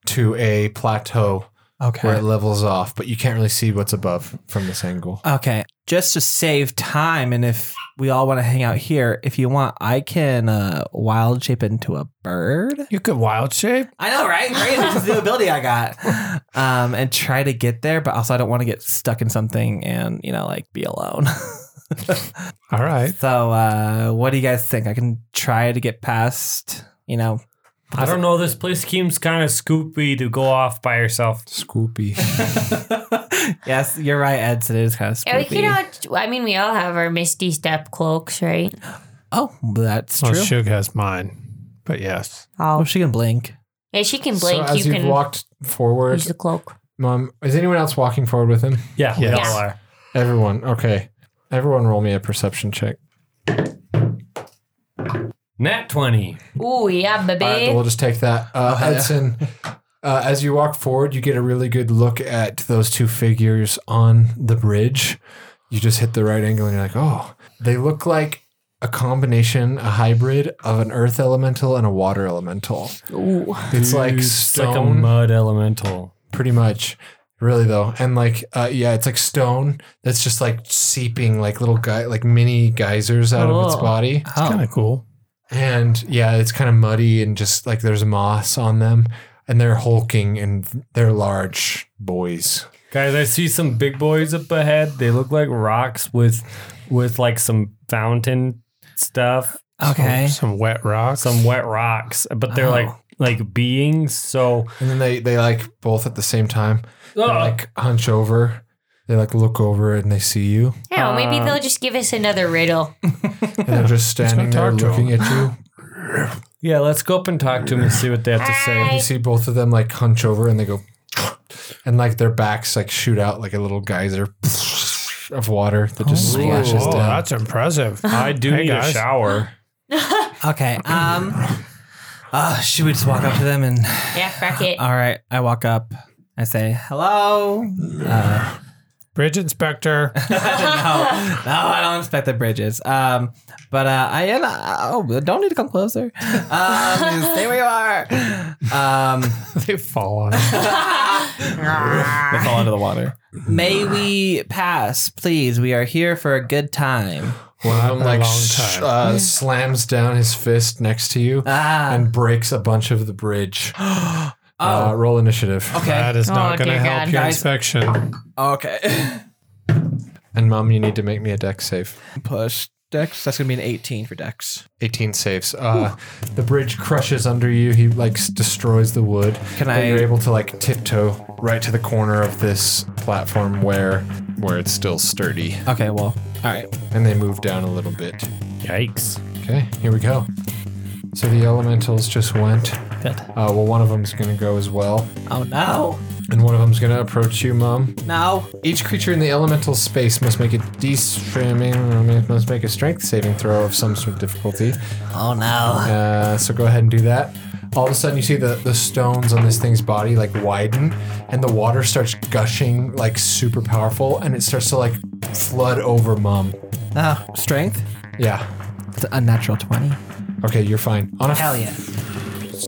to a plateau okay. where it levels off, but you can't really see what's above from this angle. Okay. Just to save time, and if we all want to hang out here, if you want, I can uh, wild shape into a bird. You could wild shape. I know, right? Great. This <laughs> is the ability <laughs> I got. Um, and try to get there, but also I don't want to get stuck in something and, you know, like be alone. All right. so, uh, what do you guys think? I can try to get past, you know, I don't know. This place seems kind of scoopy to go off by yourself. Scoopy. yes, you're right, Edson. It is kind of Yeah, we spooky. could all, I mean, we all have our Misty Step cloaks, right? oh, that's Well, true. Shug has mine, but yes. Oh, she can blink. Yeah, she can blink. so as you have can walked forward, use the cloak. Mom, is anyone else walking forward with him? Yeah, we Yes. all are. Everyone. Okay. Everyone roll me a perception check. Nat 20. Ooh, yeah, All right, baby. we'll just take that. Uh, Hudson, uh, as you walk forward, you get a really good look at those two figures on the bridge. You just hit the right angle and you're like, oh, they look like a combination, a hybrid of an earth elemental and a water elemental. Ooh. It's like It's like a stone, mud elemental. pretty much. Really though, and like, uh, yeah, it's like stone that's just like seeping like little guy, like mini geysers out of its Oh. body. Oh. Kind of cool. And yeah, it's kind of muddy and just like there's moss on them. And they're hulking and they're large boys. Guys, I see some big boys up ahead. They look like rocks with with like some fountain stuff, Okay. Some wet rocks. some wet rocks, but they're like Oh. like beings. So uh, And then they, they like both at the same time, they Ugh. like hunch over. They like look over and they see you. Yeah, well, maybe they'll just give us another riddle. And they're just standing there talk to looking at you. yeah, let's go up and talk to them and see what they have to say. You see both of them like hunch over and they go, <sniffs> and like their backs like shoot out like a little geyser <sniffs> of water that just uh, splashes oh, down. that's impressive. I do Hey, need guys. a shower. Okay. Um, uh, should we just walk up to them and. Yeah, fuck it. All right, I walk up. I say hello. Uh, Bridge inspector. no, no, I don't inspect the bridges. Um, but uh, I am. oh, don't need to come <laughs> closer. Um, you stay where you are. Um, they fall on. it. they fall into the water. May we pass, please? We are here for a good time. One of them like long sh- time. uh, slams down his fist next to you Ah. Oh. and breaks a bunch of the <gasps> bridge. Uh, roll initiative. Okay. That is not Oh, going to dear help God. your Guys. inspection. Okay. <laughs> And mom, you need to make me a deck save. Push Dex. That's gonna be an eighteen for Dex. 18 saves. Uh, the bridge crushes under you. He like s- destroys the wood. Can But I- You're able to like tiptoe right to the corner of this platform where where it's still sturdy, Okay. Well. All right. and they move down a little bit. Yikes. Okay, here we go. So the elementals just went. Good. Uh, well, one of them's gonna go as well, Oh no. and one of them's gonna approach you, Mom. No. Each creature in the elemental space must make a de- must make a strength saving throw of some sort of difficulty. Oh no. Uh, so go ahead and do that. All of a sudden, you see the, the stones on this thing's body like widen, and the water starts gushing like super powerful, and it starts to like flood over Mum. No. Strength? Yeah. It's a natural 20. Okay, you're fine. On a Hell yeah.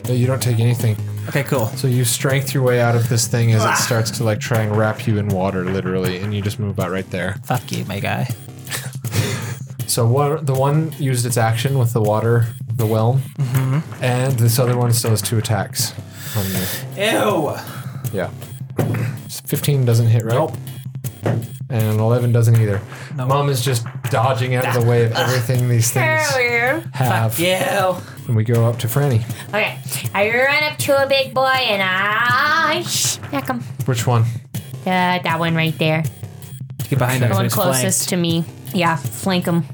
No, you don't take anything. Okay, cool. So you strength your way out of this thing Ah. as it starts to like try and wrap you in water, literally, and you just move out right there. Fuck you, my guy. So what, the one used its action with the water, the whelm, Mm-hmm. and this other one still has two attacks on you. Ew. Yeah. 15 doesn't hit, right? And 11 doesn't either. Mom is just dodging out of the way of everything <laughs> these things have. Ew. And we go up to Franny. Okay, I run up to a big boy and I smack him. Which one? Uh, that one right there. Get behind him. The so one he's closest flanked. to me. Yeah, flank him.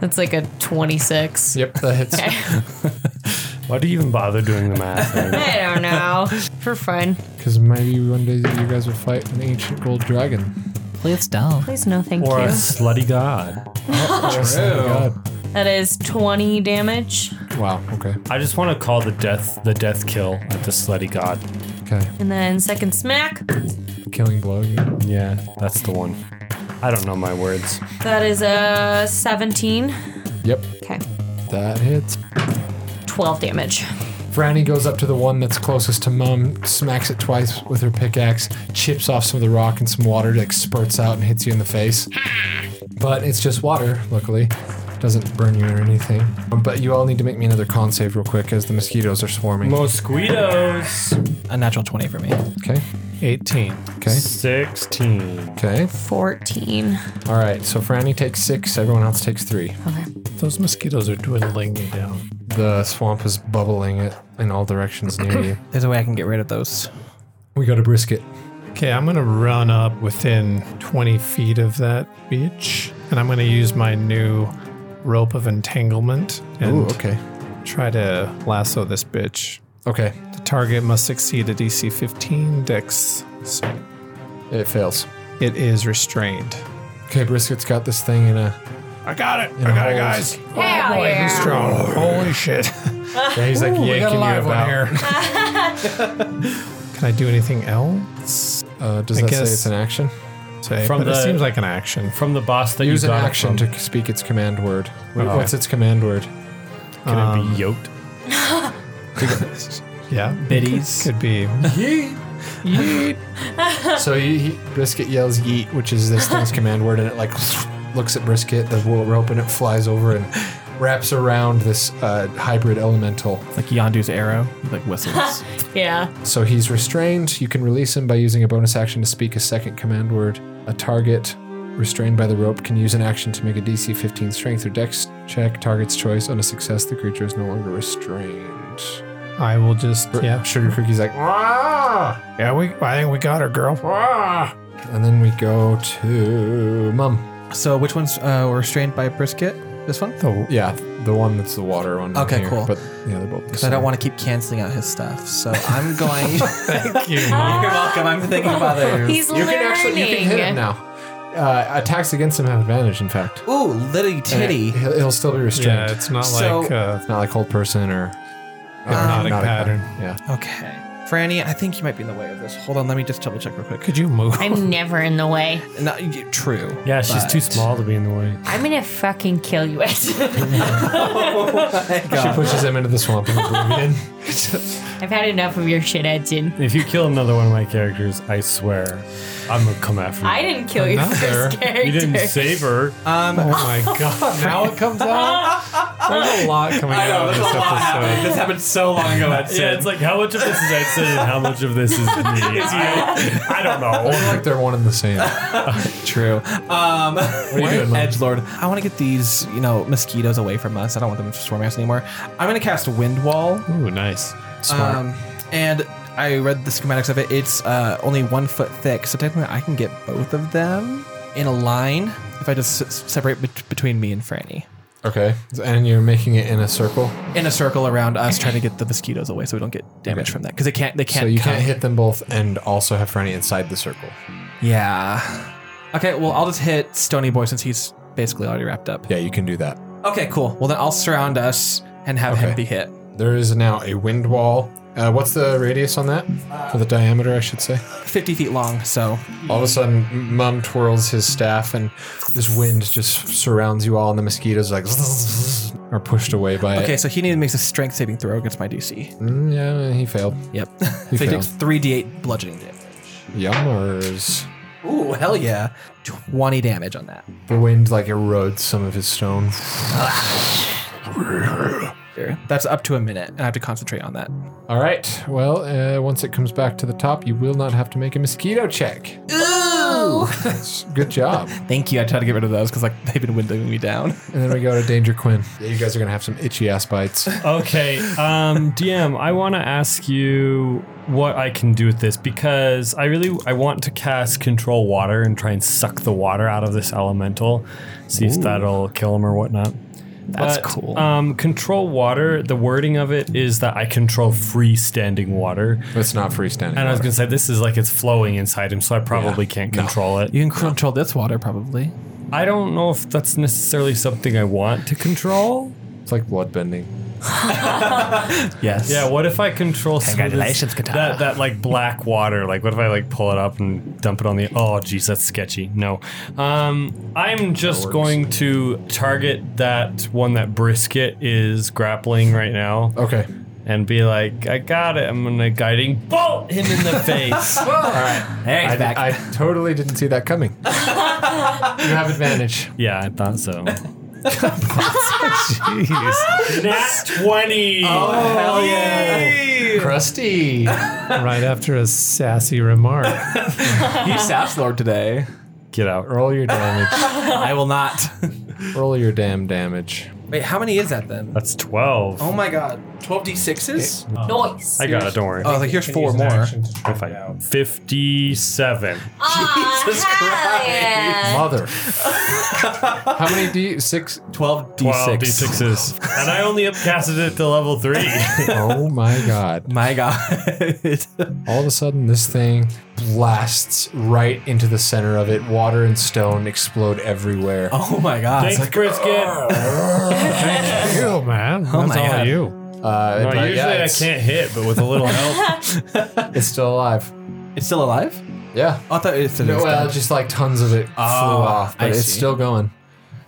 That's like a <laughs> 26. Yep, that hits. Why do you even bother doing the math? man? I don't know. For fun. Because maybe one day you guys would fight an ancient gold dragon. Please don't. Please, no, thank or a you. slutty god. That is 20 damage. Wow, okay. I just want to call the death the death kill at the slutty god. Okay. And then second smack. Killing blow. yeah. Yeah, that's the one. I don't know my words. That is a 17. Yep, Okay. that hits. 12 damage. Franny goes up to the one that's closest to Mum, smacks it twice with her pickaxe, chips off some of the rock and some water like spurts out and hits you in the face. But it's just water, luckily. Doesn't burn you or anything. But you all need to make me another con save real quick as the mosquitoes are swarming. Mosquitoes. A natural 20 for me. Okay. 18. Okay. Sixteen. Okay. 14. All right. So Franny takes six. Everyone else takes three. Those mosquitoes are dwindling me down. The swamp is bubbling it in all directions near you. There's a way I can get rid of those. <coughs> We go to brisket. Okay, I'm gonna run up within 20 feet of that beach, and I'm gonna use my new rope of entanglement and Ooh. Okay. try to lasso this bitch. Okay. The target must succeed a DC 15 dex. save. It fails. It is restrained. Okay. Brisket's got this thing <laughs> in a I got it. I got it, guys. Hell yeah. Strong. Holy shit. <laughs> Yeah, he's like yanking you about. <laughs> <laughs> Can I do anything else? Uh, does I that guess- say it's an action? Say, From but it the- seems like an action. From the boss that Use you an got it action from. Oh. to speak its command word. Wait, Okay. What's its command word? Can it be yoked? Yeah. Biddies. Could be. so he, he, Brisket yells yeet, which is this thing's command word, and it like looks at Brisket, the wool rope, and it flies over and wraps around this uh, hybrid elemental. Like Yondu's arrow. Like whistles. Yeah. So he's restrained. You can release him by using a bonus action to speak a second command word. A target restrained by the rope can use an action to make a DC 15 strength or dex check. Target's choice. On a success, the creature is no longer restrained. I will <laughs> just. Yeah. Sugar Cookie's like, "Ah, Yeah. We. I think we got her, girl. ah." and then we go to Mum. so which ones uh, were restrained by brisket? This one? The Yeah, the one that's the water one. down Okay, here, cool. But the other both. Because I don't want to keep canceling out his stuff. So I'm going. <laughs> Thank you. You're welcome. I'm thinking <laughs> about others. He's You learning. can actually you can hit him now. Uh, attacks against him have advantage. In fact, Ooh, litty titty. he'll, he'll still be restrained. Yeah. It's not So- like uh, It's not like whole person or hypnotic hypnotic pattern. yeah. Okay. Franny, I think you might be in the way of this. Hold on, let me just double check real quick. Could you move? I'm never in the way. No, y- true. Yeah, she's but- too small to be in the way. I'm gonna fucking kill you. <laughs> I've She pushes him into the swamp of oblivion. had enough of your shit, Edson. If you kill another one of my characters, I swear, I'm gonna come after you. I didn't kill you Another? first, character. you didn't save her. Um, oh my god! Now it comes out. There's a lot coming out of this episode. This happened so long ago. yeah, it's like how much of this is Edson and how much of this is me. I, I don't know. like they're one and the same. True. Um, what you doing, Mom? Edgelord? I want to get these, you know, mosquitoes away from us. I don't want them swarming us anymore. I'm going to cast Wind Wall. Ooh, nice. Smart. Um, and I read the schematics of it. It's uh, only one foot thick, so technically I can get both of them in a line if I just s- separate bet- between me and Franny. Okay. And you're making it in a circle, in a circle around us, trying to get the mosquitoes away so we don't get damaged from that because they can't. They can't. so you come. can't hit them both and also have Franny inside the circle. Yeah. Okay. Well, I'll just hit Stony Boy since he's basically already wrapped up. Yeah, you can do that. Okay. Cool. Well, then I'll surround us and have Okay. him be hit. There is now a wind wall. Uh, what's the radius on that? Or the diameter, I should say. Fifty feet long. So All of a sudden, M- Mum twirls his staff, and this wind just surrounds you all, and the mosquitoes like <laughs> are pushed away by okay. it. So he needs to make a strength saving throw against my DC. Mm, yeah, he failed. Yep. <laughs> so he failed. takes three d8 bludgeoning damage. Yummers. Ooh, hell yeah! Twenty damage on that. The wind like erodes some of his stone. Sure. That's up to a minute, and I have to concentrate on that. All right. Well, uh, once it comes back to the top, you will not have to make a mosquito check. <laughs> Ooh! Good job. Thank you. I tried to get rid of those because like they've been windowing me down. <laughs> and then we go to Danger Quinn. Yeah, you guys are gonna have some itchy ass bites. Okay, um, DM, I want to ask you what I can do with this because I really I want to cast Control Water and try and suck the water out of this elemental, see if that'll kill him or whatnot. That's But, cool. Um, control water. The wording of it is that I control freestanding water, It's not freestanding. and I was water. gonna say this is like it's flowing inside him, so I probably can't control it. you can control this water probably. I don't know if that's necessarily something I want to control. It's like bloodbending. Yes. Yeah, what if I control some of this- Congratulations, Katana. that that like black water? Like, what if I like pull it up and dump it on the? Oh, geez, that's sketchy. No, um, I'm just going to target that one that brisket is grappling right now Okay. and be like, I got it. I'm gonna guiding bolt him in the <laughs> face. Hey, he's I, back. I totally didn't see that <laughs> coming. you have <laughs> advantage. yeah, I thought so. <laughs> Jeez, nat twenty. hell yeah! Crusty. right after a sassy <laughs> remark. He's Saps Lord today. Get out. Roll your damage. I will not. <laughs> Roll your damn damage. Wait, how many is that then? That's twelve. Oh my god, twelve d sixes. Noise. I got it. Don't worry. Oh, like here's four more. If I- Fifty-seven. Jesus Christ. Mother. How many D six? Twelve d 12 E six. <laughs> d6s. and I only upcasted it to level 3. Oh my god. <laughs> My god. <laughs> All of a sudden, this thing blasts right into the center of it. Water and stone explode everywhere. oh my god. Thanks, Brisket. you, man. That's my all God. you. Uh, Oh No, but usually yeah, I it's, can't hit, but with a little help. It's still alive. It's still alive? Yeah. I thought it still No, uh, well, just like tons of it flew off, but Ah, I it's see. still going.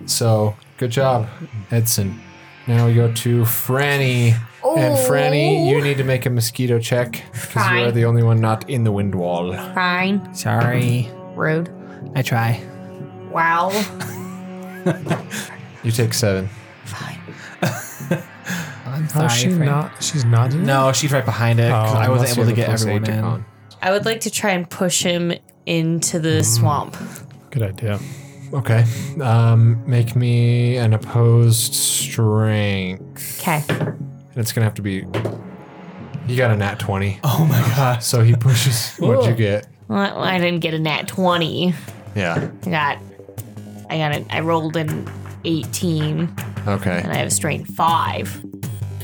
So good job, Edson. Now we go to Franny. And Franny, you need to make a mosquito check because you are Oh. Fine. the only one not in the wind wall. Fine. Sorry. Rude. I try. Wow. You take seven. I'm How's she Frank. not? She's not in No, she's right behind it. 'cause I wasn't Oh, Unless able to you get have a everyone plus eight in. to I would like to try and push him into the swamp. it? Good idea. con. Okay. Um, make me an opposed strength. Okay. And it's going to have to be. You got a nat 20. Oh my gosh. So he pushes. What'd you get? Well, I didn't get a nat 20. Yeah. I got, I got an, I rolled an 18 Okay. and I have strength 5.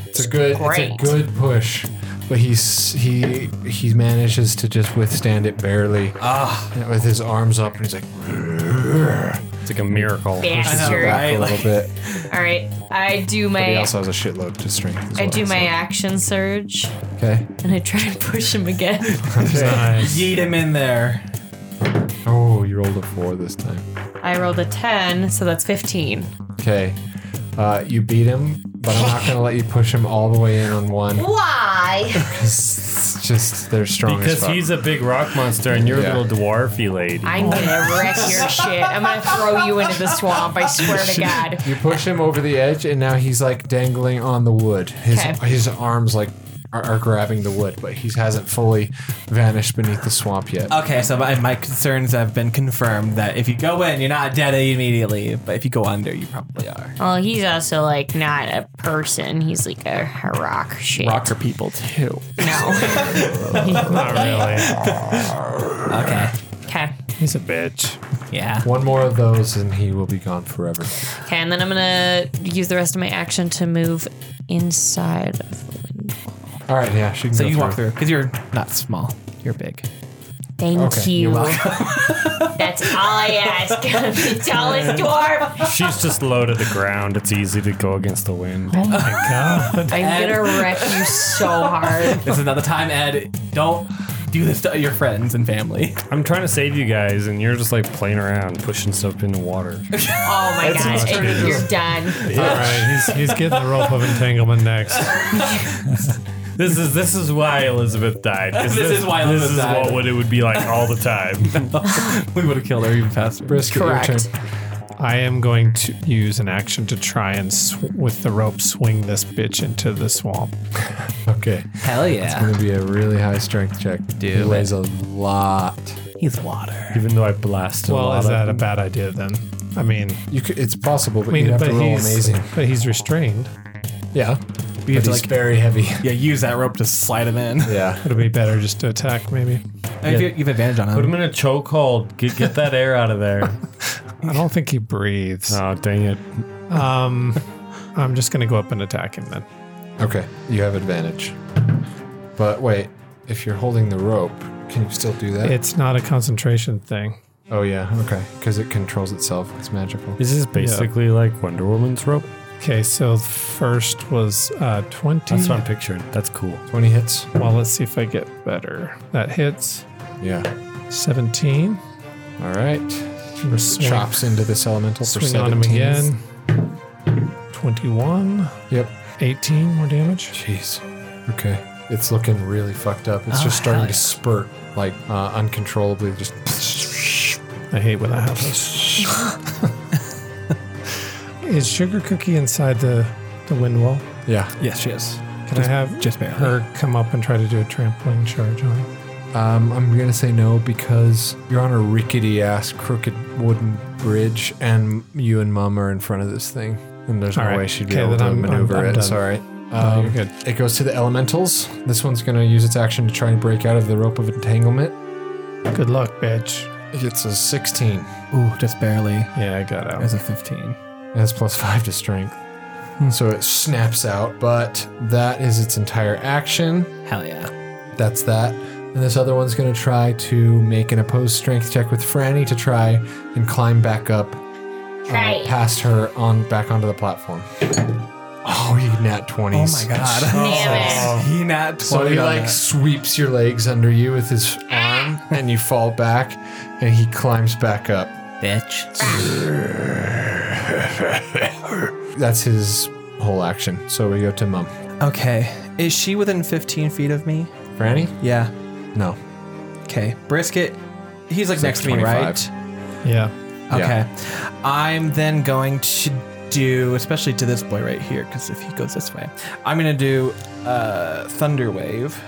It's a good, Great. it's a good push, but he's he he manages to just withstand it barely. Ah, And with his arms up, and he's like It's like a miracle. Bastard. back a little bit. All right. I do But he my, also has a shitload to strength. As I well, do my so- action surge Okay. and I try and push him again. yeet him in there. <laughs> Oh, you rolled a four this time. I rolled a 10, so that's 15. Okay. Uh, you beat him, but I'm not gonna let you push him all the way in on one. Why? It's just they're strong as Because fuck. he's a big rock monster and you're Yeah. a little dwarfy lady. I'm gonna wreck your shit. I'm gonna throw you into the swamp. I swear to God. You push him over the edge, and now he's like dangling on the wood. His Okay. his arms like are, are grabbing the wood, but he hasn't fully vanished beneath the swamp yet. Okay, so my, my concerns have been confirmed that if you go in, you're not dead immediately, but if you go under, you probably are. Well, he's also like not a person. He's like a, a rock shit. Rocker people too. No. <laughs> Oh, Not really. Okay. Okay. He's a bitch. <laughs> Yeah. One more of those, and he will be gone forever. Okay, and then I'm gonna use the rest of my action to move inside of the window. All right, yeah, she can So go you through. walk through because you're not small. You're big. Thank Okay, you. you're That's all I ask. <laughs> I'm the tallest <laughs> dwarf. She's just low to the ground. It's easy to go against the wind. I'm gonna wreck you so hard. This is another time, Ed. Don't do this to your friends and family. I'm trying to save you guys, and you're just like playing around, pushing stuff into <laughs> water. Oh my gosh, not and true. you're done. All right, he's, he's getting the rope of entanglement next. This is this is why Elizabeth died. 'cause <laughs> This is why Elizabeth this is died. what would- it would be like all the <laughs> time. we would have killed her even faster. Brisket, your turn. Correct. I am going to use an action to try and, sw- with the rope, swing this bitch into the swamp. Okay, Hell yeah. gonna be a really high strength check. Dude, he it. weighs a lot. He's water. Even though I blast a Well, lot is of that a them. bad idea then? I mean, You could, it's possible, but I mean, you have but to roll he's amazing. but he's restrained. Yeah, You but have he's to like very heavy. yeah, use that rope to slide him in. <laughs> Yeah, It'd be better just to attack, maybe. I mean, if you, you have advantage on Put him. him in a chokehold. Get get that air out of <laughs> there. I don't think he breathes. Oh dang it! Um, I'm just gonna go up and attack him then. Okay, you have advantage. But wait, if you're holding the rope, can you still do that? It's not a concentration thing. oh yeah, okay, because it controls itself. It's magical. This is basically like Wonder Woman's rope. Okay, so the first was uh, 20. That's what I'm picturing. That's cool. Twenty hits. Well, let's see if I get better. That hits Yeah. 17. All right. Or swing, Chops into this elemental for swing on him 17. again. 21. Yep. 18 more damage. Jeez. Okay. It's looking really fucked up. Oh, It's just starting to spurt like uh, uncontrollably. Just I hate when that happens. <laughs> Is Sugar Cookie inside the, the wind wall? yeah. Yes, she is. Can I have just barely. her come up and try to do a trampling charge on him? Um, I'm gonna say no because you're on a rickety ass crooked wooden bridge, and you and Mum are in front of this thing, and there's All no right. way she'd be Okay, able then to I'm- I'm- maneuver I'm it. done. It's all right. Um, Oh, you're good. It goes to the elementals. This one's gonna use its action to try and break out of the rope of entanglement. Good luck, bitch. It's a 16. Ooh, just barely. Yeah, I got out. There's a 15. That's plus five to strength. Hmm. So it snaps out, but that is its entire action. Hell yeah. That's that. And this other one's going to try to make an opposed strength check with Franny to try and climb back up Try. past her on back onto the platform. Oh, you nat 20s. <laughs> god. Damn it. he not 20 So he on like that. sweeps your legs under you with his arm and you fall back and he climbs back up. bitch. That's his whole action. So we go to Mum. Okay. Is she within 15 feet of me? Franny? Yeah. No. Okay. Brisket. He's like next to me, 25. right? Yeah. Okay. Yeah. I'm then going to do, especially to this boy right here, because if he goes this way, I'm going to do uh, Thunder Wave.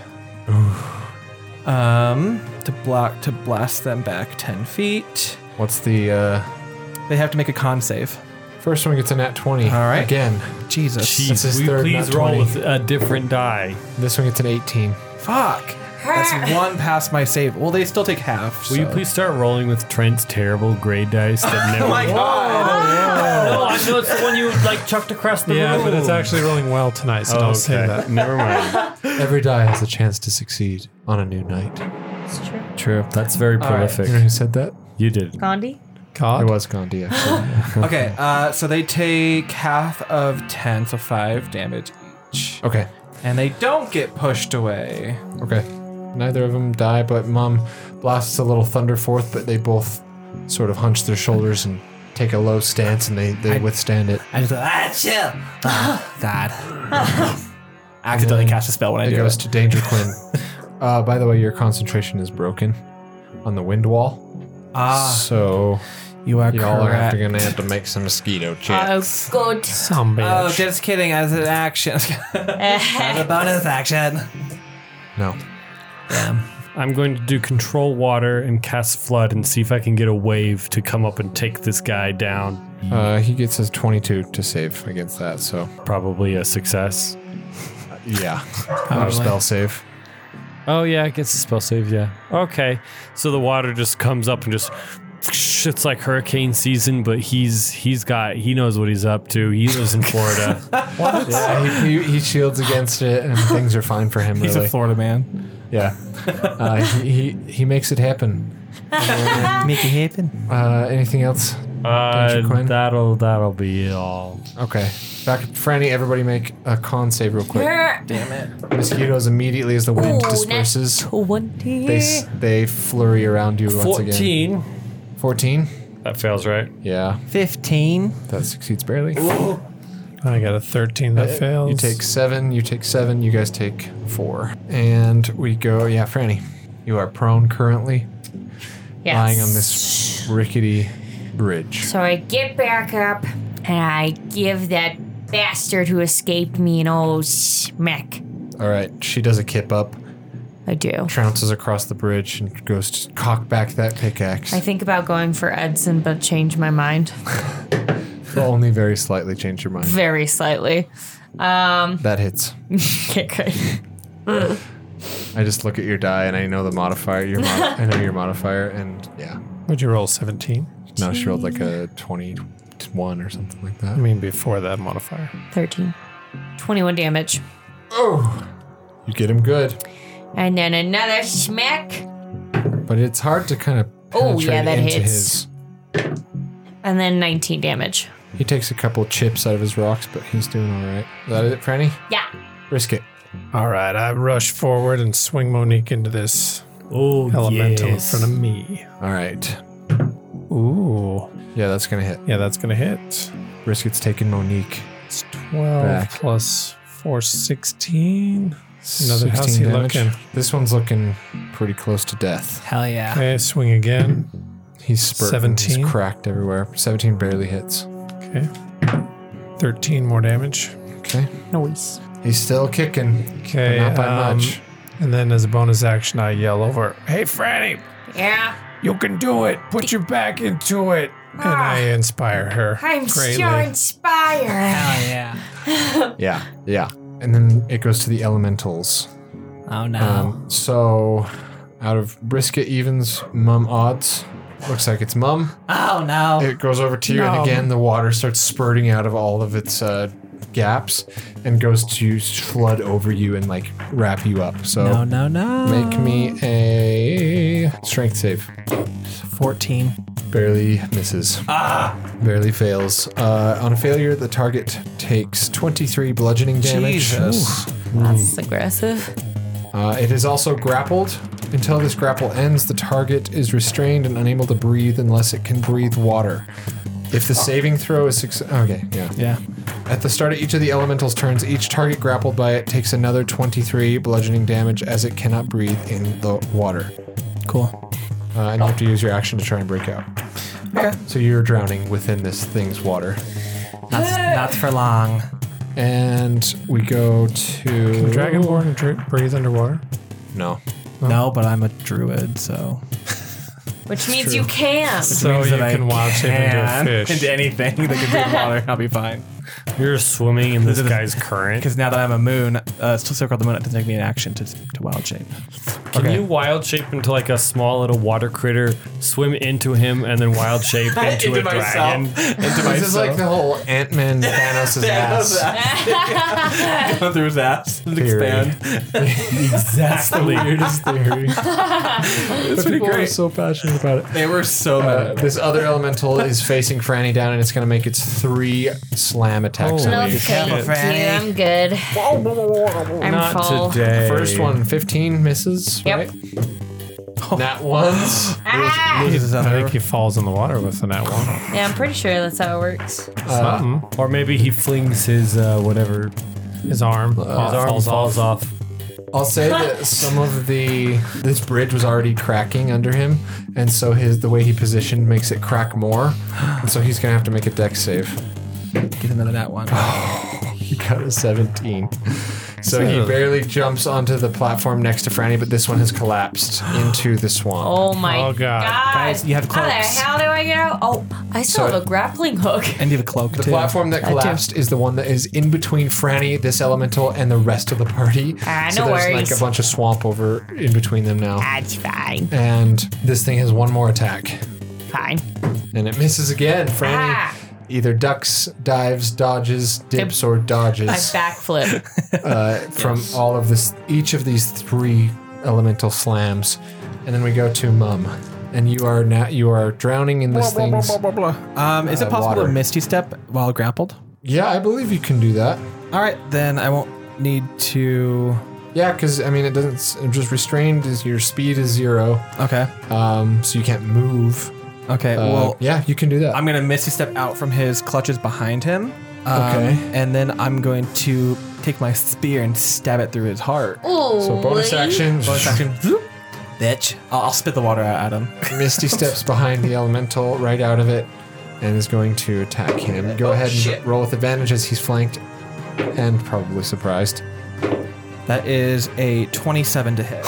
Um, to block, to blast them back 10 feet. What's the uh, They have to make a con save. first one? Gets a nat 20. All right. Again. Jesus. That's his Will you third, please not roll 20. with a different die. This one gets an 18. Fuck. That's one past my save. Well, they still take half. Will you so- please start rolling with Trent's terrible grade dice <laughs> that never? Oh my god. No, I know it's the one you like chucked across the Yeah, but it's actually rolling well tonight, so Oh, don't okay. say that. Never mind. Every die has a chance to succeed on a new night. You True. That's very prolific. know who said that? You did. Gandhi? It God. was Gandhi, actually. Okay, uh, so they take half of 10, so 5 damage each. okay. And they don't get pushed away. Okay. Neither of them die, but Mom blasts a little thunder forth, but they both sort of hunch their shoulders and take a low stance and they, they withstand it. I just go, ah, chill. Ah, God. I accidentally cast a spell when I It do goes it. to <laughs> Danger Quinn. Uh, by the way, your concentration is broken on the wind wall. Ah, So you are y'all are correct. Uh, have to, gonna have to make some <laughs> mosquito checks. Oh, good. Some oh, bitch. just kidding. As an action. As <laughs> a bonus action. no. I'm going to do control water and cast flood and see if I can get a wave to come up and take this guy down. Uh, he gets a 22 to save against that, so <laughs> Probably a success. yeah. Not a spell save. Oh yeah, it gets a spell save. Yeah. Okay. So the water just comes up and just. It's like hurricane season, but he's he's got he knows what he's up to. He lives in Florida. <laughs> Yeah, he, he, he shields against <laughs> it, and things are fine for him. He's Really, a Florida man. yeah. Uh, he, he he makes it happen. Make it happen. Uh, anything else? Don't you, Uh, Quinn? that'll that'll be it all. Okay. Back, Franny. Everybody make a con save real quick. Mosquitoes immediately as the wind Ooh, disperses, Twenty. they s- they flurry around you once again. Fourteen. Fourteen. That fails, right? Yeah, 15. that succeeds barely. I got a 13 that fails. You take seven. You take seven. You guys take four, and we go. Yeah, Franny, you are prone currently, Yes. lying on this rickety bridge. So I get back up and I give that bastard who escaped me an old smack. All right, she does a kip up, I do. trounces across the bridge, and goes to cock back that pickaxe. I think about going for Edson, but change my mind It'll only very slightly change your mind. very slightly. Um, That hits. Okay, great. I just look at your die and I know the modifier. Your mod- I know your modifier, and yeah. Would you roll 17? No, she rolled like a twenty-one or something like I that. mean, before that modifier. 13. 21 damage. You get him good, And then another smack. but it's hard to kind of Oh, penetrate yeah, that into hits. his. And then 19 damage. He takes a couple chips out of his rocks, but he's doing all right. Is that it, Franny? Yeah. Risk it. All right, I rush forward and swing Monique into this Oh, elemental yes. in front of me. All right. Ooh. Yeah, that's gonna hit. Yeah, that's going to hit. Risk it's taking Monique. It's 12 Back. plus 4, 16. Another- how's 16 he looking? This one's looking pretty close to death. Hell yeah. Okay, swing again. He's spurting. 17? He's cracked everywhere. Seventeen barely hits. Okay. 13 more damage. Okay. Noise. He's still kicking. Okay. Not by um, much. And then as a bonus action, I yell over, Hey, Franny, Yeah. you can do it. Put your back into it. And I Ah. inspire her. I'm so inspired. Hell yeah. Yeah. Yeah. And then it goes to the elementals. Oh no. Um, so out of brisket evens, mum odds. Looks like it's mum. oh no. It goes over to you, and again, the water starts spurting out of all of its uh, gaps and goes to flood over you and like wrap you up. no, So no, no. make me a strength save. 14. Barely misses. Ah! Barely fails. Uh, on a failure, the target takes 23 bludgeoning damage. Jesus. That's aggressive. Uh, it is also grappled. Until this grapple ends, the target is restrained and unable to breathe unless it can breathe water. If the saving throw is success, okay, yeah. Yeah. At the start of each of the elementals' turns, each target grappled by it takes another 23 bludgeoning damage as it cannot breathe in the water. Cool. Uh, and you have to use your action to try and break out. Okay. So you're drowning within this thing's water. Not, not for long. And we go to. Dragonborn dr- breathe underwater. No. No, but I'm a druid, so. Which means you can. So Means you that I can watch him can. into a fish. Into anything that can breathe water, I'll be fine. You're swimming <laughs> in this is- guy's current. Because now that I'm a moon, uh, still circle the moon, it doesn't take me an action to, to wild shape. Can you wild shape into like a small little water critter, swim into him, and then wild shape <laughs> into, a dragon? This is like the whole Ant Man <laughs> Thanos' ass. Go through his ass and Theory. expand. <laughs> exactly. weirdest theory. It's pretty People are great. so passionate about it. they were so Uh, mad. this other elemental is facing Franny down, and it's going to make its three slam attacks. Oh, on you. Okay, shit. I'm good. I'm full. today. First one, 15 misses, Yep. right? That one's Ah! This is I other- think he falls in the water with the net one. Yeah, I'm pretty sure that's how it works. Uh, Something. Or maybe he flings his uh, whatever. His arm, His arm falls, off. I'll say <laughs> that some of the this bridge was already cracking under him, and so his the way he positioned makes it crack more, and so he's gonna have to make a deck save. Get another that one. He got a 17. So he barely jumps onto the platform next to Franny, but this one has collapsed into the swamp. Oh my Oh, god. God. Guys, you have How the cloaks. hell do I get out? Oh, I still So- have a grappling hook. And you have a cloak The too. platform that collapsed is the one that is in between Franny, this elemental, and the rest of the party. Ah, so no there's like worries. a bunch of swamp over in between them now. That's fine. And this thing has one more attack. Fine. And it misses again. Franny Ah. either ducks, dives, dodges, dips, or I dodges backflip. uh, from all of this, each of these three elemental slams. And then we go to Mum. And you are now you are drowning in this thing's. Um, is it Uh, possible water. to misty step while grappled? Yeah, I believe you can do that. All right, then I won't need to. Yeah, because I mean, it doesn't. s- Just restrained is your speed is zero, Okay. um, so you can't move. Okay. Uh, well, yeah, you can do that. I'm gonna misty step out from his clutches behind him. Um, Okay. And then I'm going to take my spear and stab it through his heart. so bonus action, Bonus action. Zoop. Bitch. I'll, I'll spit the water out at him. Misty steps behind the elemental, right out of it, and is going to attack him. Go ahead and roll with advantage as he's flanked, and probably surprised. That is a 27 to hit.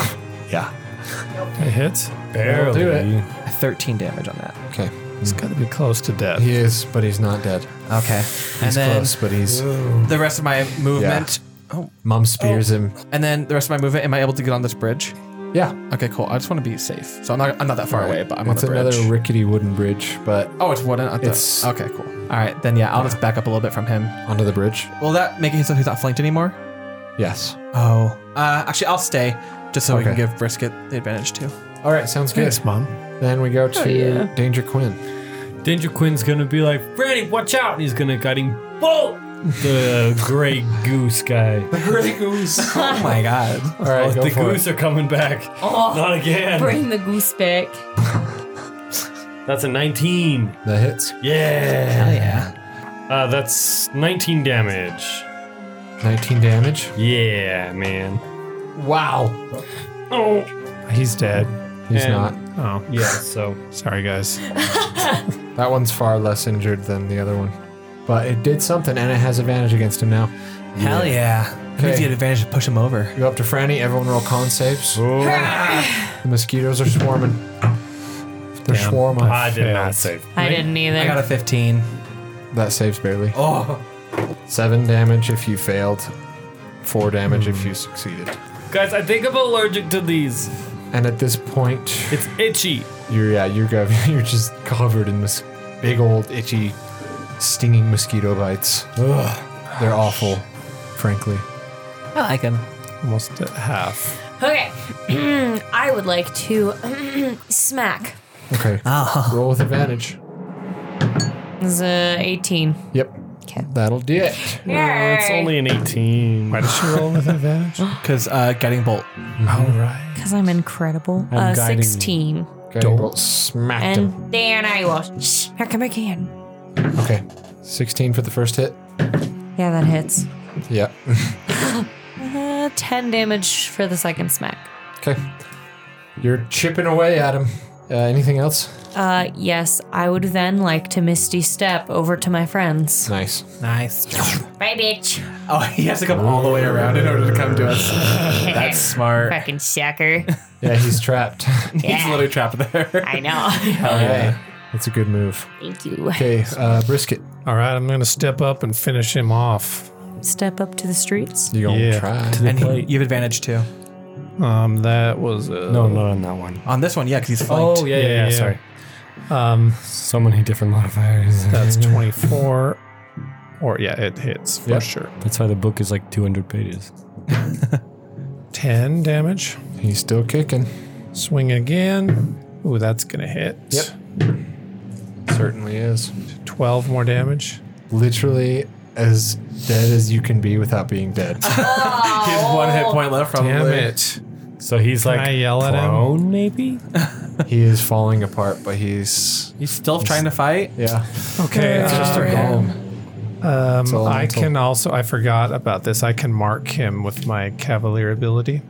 It hits. That'll do it. 13 damage on that. Okay, It's got to be close to death. he is, but he's not dead. Okay. and uh, He's then close, but he's. the rest of my movement. Oh. Mum spears him. And then the rest of my movement. Am I able to get on this bridge? Yeah, Okay, cool. I just want to be safe. So I'm not. I'm not that far away, but I'm it's on the bridge. another rickety wooden bridge, but oh, it's wooden. I thought- It's- okay, cool. All right, then yeah, I'll just back up a little bit from him. onto the bridge. Will that make it so he's not flanked anymore? Yes. Oh, uh, actually, I'll stay just so we can Okay. give Brisket the advantage too. All right, sounds good. Thanks, mom. Then we go to Danger Quinn. Danger Quinn's gonna be like, Franny, watch out! And he's gonna guiding bolt the gray goose guy. <laughs> Oh my god! All right, go Oh, the for goose are coming back. Not again. Bring the goose back. That's a 19. it. That hits. Yeah. Hell yeah. Uh, that's 19 damage. 19 damage. Yeah, man. Wow. Oh. He's dead. He's And- not. Oh, Yeah, so. sorry, guys. That one's far less injured than the other one. But it did something, and it has advantage against him now. Hell yeah! That means Okay. you had advantage to push him over. You go up to Franny. Everyone roll con saves. The mosquitoes are swarming. They're swarming. I did not failed. save. I didn't either. I got a 15. That saves barely. Oh, Seven damage if you failed. Four damage if you succeeded. Guys, I think I'm allergic to these. And at this point, It's itchy. you're yeah, you're gov- <laughs> you're just covered in this big old itchy, stinging mosquito bites. Ugh, they're awful, frankly. I like him. Almost at half. okay. <clears throat> I would like to <clears throat> smack. Okay. Roll with advantage. It's a 18. Yep. That'll do it. Yeah. It's only an 18. Why did she roll with advantage? All Because uh, guiding bolt. right. Because I'm incredible. uh, 16. Guiding bolt smacked him. And then I will smack him again. Okay. 16 for the first hit. Yeah, that hits. Yeah. Uh, 10 damage for the second smack. okay. You're chipping away at him. Uh, anything else? Uh, yes, I would then like to Misty Step over to my friends. Nice. Nice. Bye, <laughs> bitch. Oh, <laughs> he has to come all the way around in order to come to us. <laughs> That's smart. Fucking sucker. Yeah, <laughs> he's trapped. He's literally trapped <laughs> there. I know. Okay. That's a good move. Thank you. Okay, uh, brisket. All right, I'm going to step up and finish him off. Step up to the streets. You gonna Yeah. try? And he, you have advantage too. Um, that was a, no, not on that one. On this one, Oh, yeah, because he's flanked. yeah, yeah, yeah, sorry. sorry. Um, So many different modifiers. <laughs> that's 24. Or yeah, it hits for Yep. sure. That's why the book is like <laughs> 200 pages. 10 damage. He's still kicking. Swing again. Ooh, that's going to hit. Yep. Certainly is. 12 more damage. Literally as dead as you can be without <laughs> being dead. He has one hit point left, probably. Damn it. So he's like I yell at him? prone, maybe? he is falling apart, but he's He's still trying to fight. yeah. Okay. Just Oh, a golem. um, all Uh, I mental. can also, I forgot about this. I can mark him with my cavalier ability.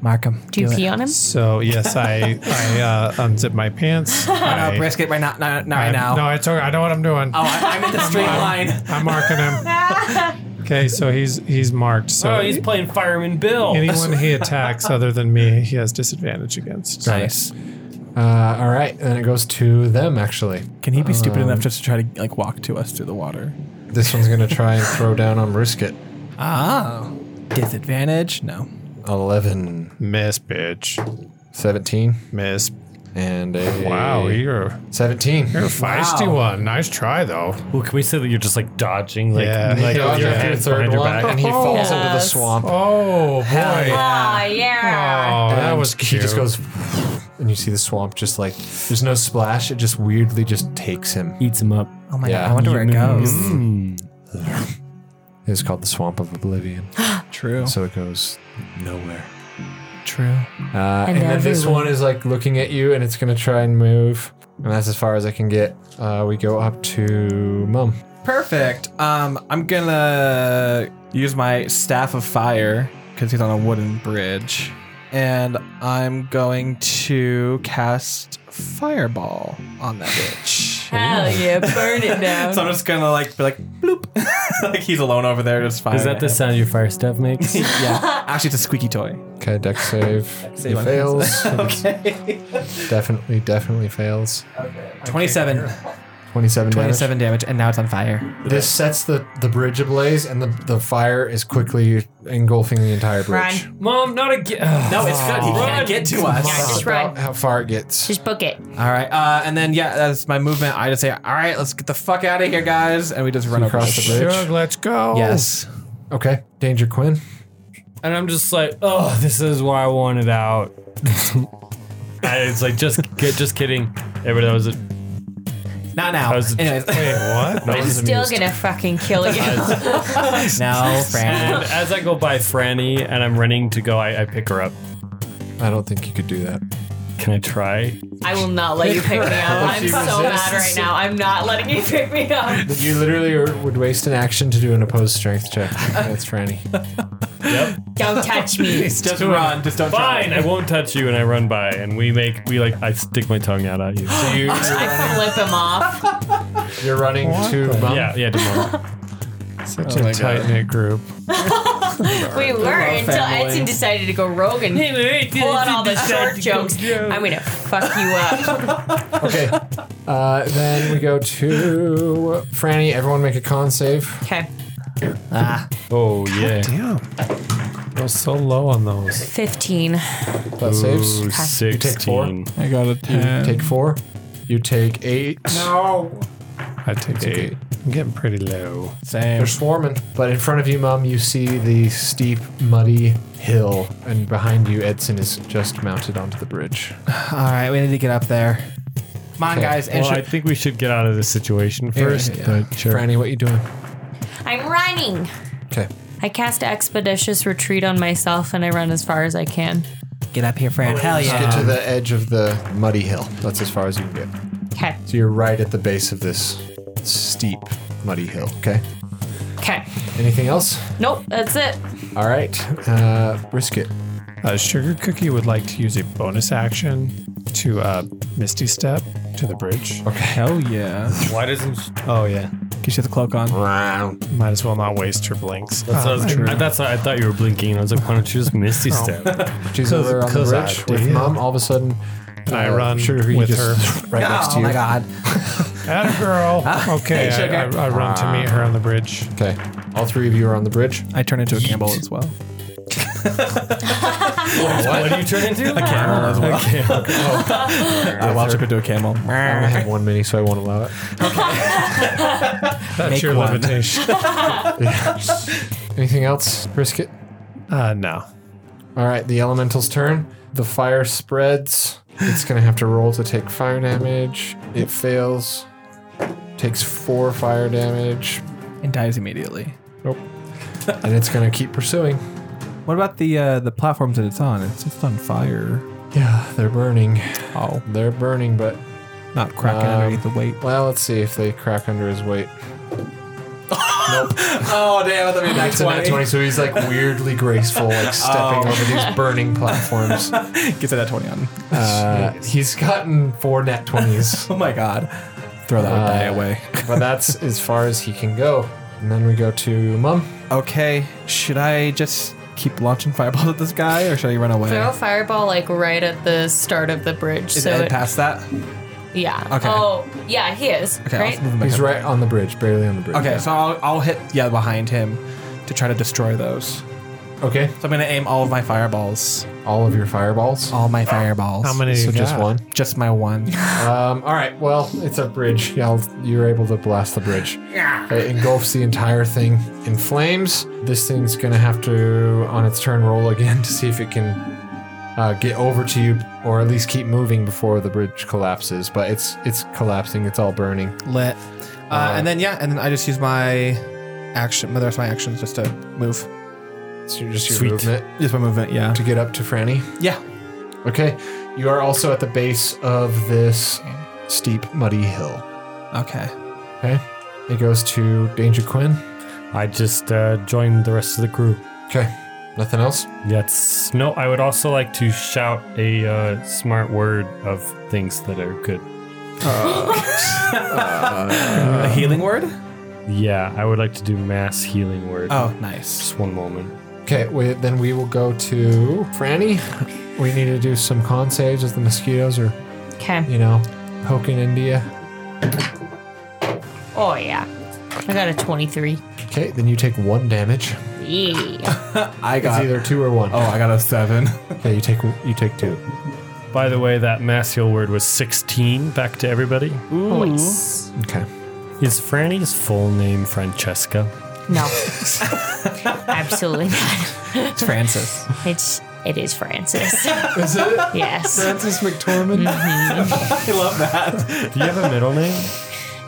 Mark him. Do you pee on him? So yes, I I uh, unzip my pants. I, No, brisket right now. Not, not right I- now. No, it's okay. I know what I'm doing. Oh, I, I'm in the straight line. I'm marking him. Okay, so he's he's marked. So Oh, he's playing Fireman Bill. anyone he attacks other than me, he has disadvantage against. Nice. Uh, all right, and it goes to them actually. Can he be stupid enough just to try to like walk to us through the water? This one's gonna try and throw down on Brisket. Ah, disadvantage? No. 11, Miss, bitch. 17, Miss. and a Wow, you're a 17. feisty one. Nice try, though. Well, can we say that you're just like dodging, like, Yeah. like He dodged with your after your hands third behind your one, back? and he falls into the swamp. Oh, boy. Oh, yeah. Oh, And that was He cute. just goes, and you see the swamp just like there's no splash. It just weirdly just takes him. Eats him up. Oh my Yeah. god, I wonder where it Mm-hmm. goes. It's called the swamp of oblivion. True. So it goes nowhere. True. Uh, and then this one is like looking at you, and it's gonna try and move. And that's as far as I can get. Uh, we go up to Mum. Perfect. Um, I'm gonna use my staff of fire because he's on a wooden bridge, and I'm going to cast fireball on that bitch. <laughs> Hell yeah, burn it down. so I'm just gonna like be like bloop, <laughs> like he's alone over there just firing. Is that at the him. sound your fire step makes? yeah. Actually, it's a squeaky toy. Okay, deck save. save he on fails. okay. definitely, definitely fails. Twenty-seven. 27 damage. Twenty-seven damage, and now it's on fire. This sets the, the bridge ablaze, and the, the fire is quickly engulfing the entire <laughs> bridge. Run. <laughs> Mom, not again. <sighs> No, it's Ah. good. He can't get to us. Yeah, just run. How far it gets. Just book it. All right. Uh, and then yeah, that's my movement. I just say, all right, let's get the fuck out of here, guys, and we just run across across across. the The- bridge. Doug, let's go. yes. Okay, Danger Quinn. And I'm just like, oh, this is why I wanted out. <laughs> and it's like just ki- just kidding. Everybody that was it. Not now. was- Anyways, Wait, <laughs> what? I'm still gonna fucking kill you. <laughs> <laughs> now Fran. And as I go by Franny and I'm running to go, I, I pick her up. I don't think you could do that. Can I try? I will not let you pick me up. I'm so mad right now. I'm not letting you pick me up. You literally are- would waste an action to do an opposed strength check. That's Franny. Don't touch me. Just run. Just don't. try. Fine, I won't touch you. And I run by, and we make we like I stick my tongue out at you. So <gasps> you I flip him off. You're running to Mum. yeah yeah. Tomorrow. Such a tight knit group. We were until family. Edson decided to go rogue and pull out all the short jokes. I'm gonna fuck you up. Okay. Uh, then we go to Franny. Everyone make a con save. Okay. Oh yeah. Damn. I was so low on those. 15. That saves. Ooh, Sixteen. I got a ten. Take four. You take eight. I take eight. I'm getting pretty low. Same. They're swarming. But in front of you, Mum, you see the steep, muddy hill. And behind you, Edson is just mounted onto the bridge. All right, we need to get up there. Come on, guys. And Well, I should- think we should get out of this situation first. But sure. Franny, what you doing? I'm running. Okay. I cast Expeditious Retreat on myself and I run as far as I can. Get up here, Fran. Hell Just yeah. get to the edge of the muddy hill. That's as far as you can get. Okay. So you're right at the base of this steep, muddy hill. Okay. Okay. Anything else? Nope, that's it. All right. Uh, brisket. Uh, Sugar Cookie would like to use a bonus action to uh, Misty Step to the bridge. Hell yeah. Why doesn't? Oh, yeah. Get she has the cloak on. Might as well not waste her blinks. Ah, That's, what I, was, I, that's what I thought you were blinking. and I was like, why don't you just misty step? She's over on the 'cause I bridge with did. mom. All of a sudden, I uh, run Sugar Cookie with just <laughs> right next to Oh you. my god. Atta <laughs> girl. Okay, Hey, I, Sugar. I, I run to meet her on the bridge. Okay. All three of you are on the bridge. I turn into a camel as well. what do you turn into? A camel. As well. I watch up into a camel. I only have one mini, so I won't allow it. That's Make your one. limitation. Anything else, brisket? <laughs> uh, no. All right. The elemental's turn. The fire spreads. It's gonna have to roll to take fire damage. It fails. Takes four fire damage, and dies immediately. and it's gonna keep pursuing. What about the uh, the platforms that it's on? It's just on fire. Yeah, they're burning. Oh, They're burning, but not cracking Um, underneath the weight. well, let's see if they crack under his weight. <laughs> Oh damn, that'd be It's a nat 20, so he's like weirdly graceful, <laughs> like Oh. stepping over these burning platforms. Gets that twenty on. Uh, he's gotten four nat <laughs> 20s, Oh my god! Throw that Uh, die away. but that's as far as he can go. And then we go to Mum. Okay, should I just keep launching fireballs at this guy or should I run away? Throw a fireball like right at the start of the bridge. Is so Ed it- past that? yeah. Okay. Oh, yeah, he is. Okay, I'll right? just move him back He's up. right on the bridge, barely on the bridge. Okay, Yeah. so I'll, I'll hit yeah behind him to try to destroy those. okay, So I'm gonna aim all of my fireballs. all of your fireballs. All my fireballs. How many? So you just got? one. Just my one. Um, all right. Well, it's a bridge. Y'all, you're able to blast the bridge. It engulfs the entire thing in flames. This thing's gonna have to, on its turn, roll again to see if it can uh, get over to you, or at least keep moving before the bridge collapses. But it's it's collapsing. It's all burning. Lit. Uh, and then yeah, and then I just use my action. The rest of my actions just to move. It's your- just your Sweet. movement Just my movement. Yeah. to get up to Franny. Yeah. Okay. You are also at the base of this steep, muddy hill. Okay. Okay. It goes to Danger Quinn. I just uh, joined the rest of the group. Okay. Nothing else. Yes. No, I would also like to shout a uh, smart word of things that are good. a healing word. Yeah, I would like to do mass healing word. Oh, nice. Just one moment. Okay, we, then we will go to Franny. We need to do some con saves as the mosquitoes are, Okay. you know, poking India. Oh, yeah. I got a 23. Okay, then you take one damage. Yeah. I It's got. either two or one. oh, I got a seven. Okay, you take you take two. By the way, that mass heal word was 16. Back to everybody. Holy s- Okay. Is Franny's full name Francesca? <laughs> No. Absolutely not. it's Francis. It's it is <laughs> Francis. Is it Yes. Francis McTormand? I love that. Do you have a middle name? <laughs>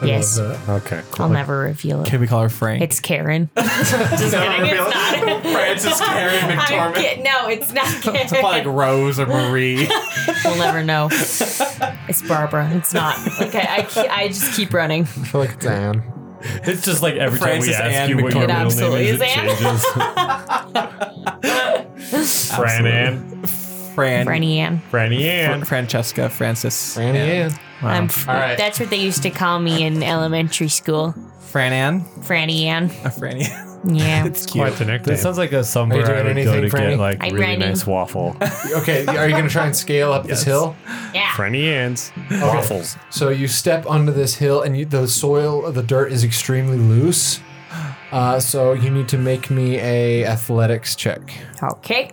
Yes. Okay, cool. I'll never reveal it. Can we call her Frank? It's <laughs> Karen. Just kidding. It's not. Francis <laughs> Carrie I'm kid- no, it's <laughs> not Karen. like Rose or Marie. We'll never know. it's Barbara. It's not. okay, I, ke- I just keep running. I feel like it's Anne. It's just like every Francis time we ask Ann you what your McDormand. middle name Absolutely is, it is Ann. changes. <laughs> Fran Ann. Fran. Franny Ann. Franny Fran- Ann. Francesca. Francis. Franny Ann. I'm, right. That's what they used to call me in elementary school. Fran Ann. Franny Ann. A Franny. Yeah. it's cute. Quite the nickname. That sounds like a somewhere doing I would anything, go to Franny? get like I'm really writing. nice waffle. Okay, are you gonna try and scale up this hill? Yeah. <laughs> Franny Ann's waffles. So you step onto this hill, and you, the soil, the dirt is extremely loose. Uh, so you need to make me a athletics check. Okay.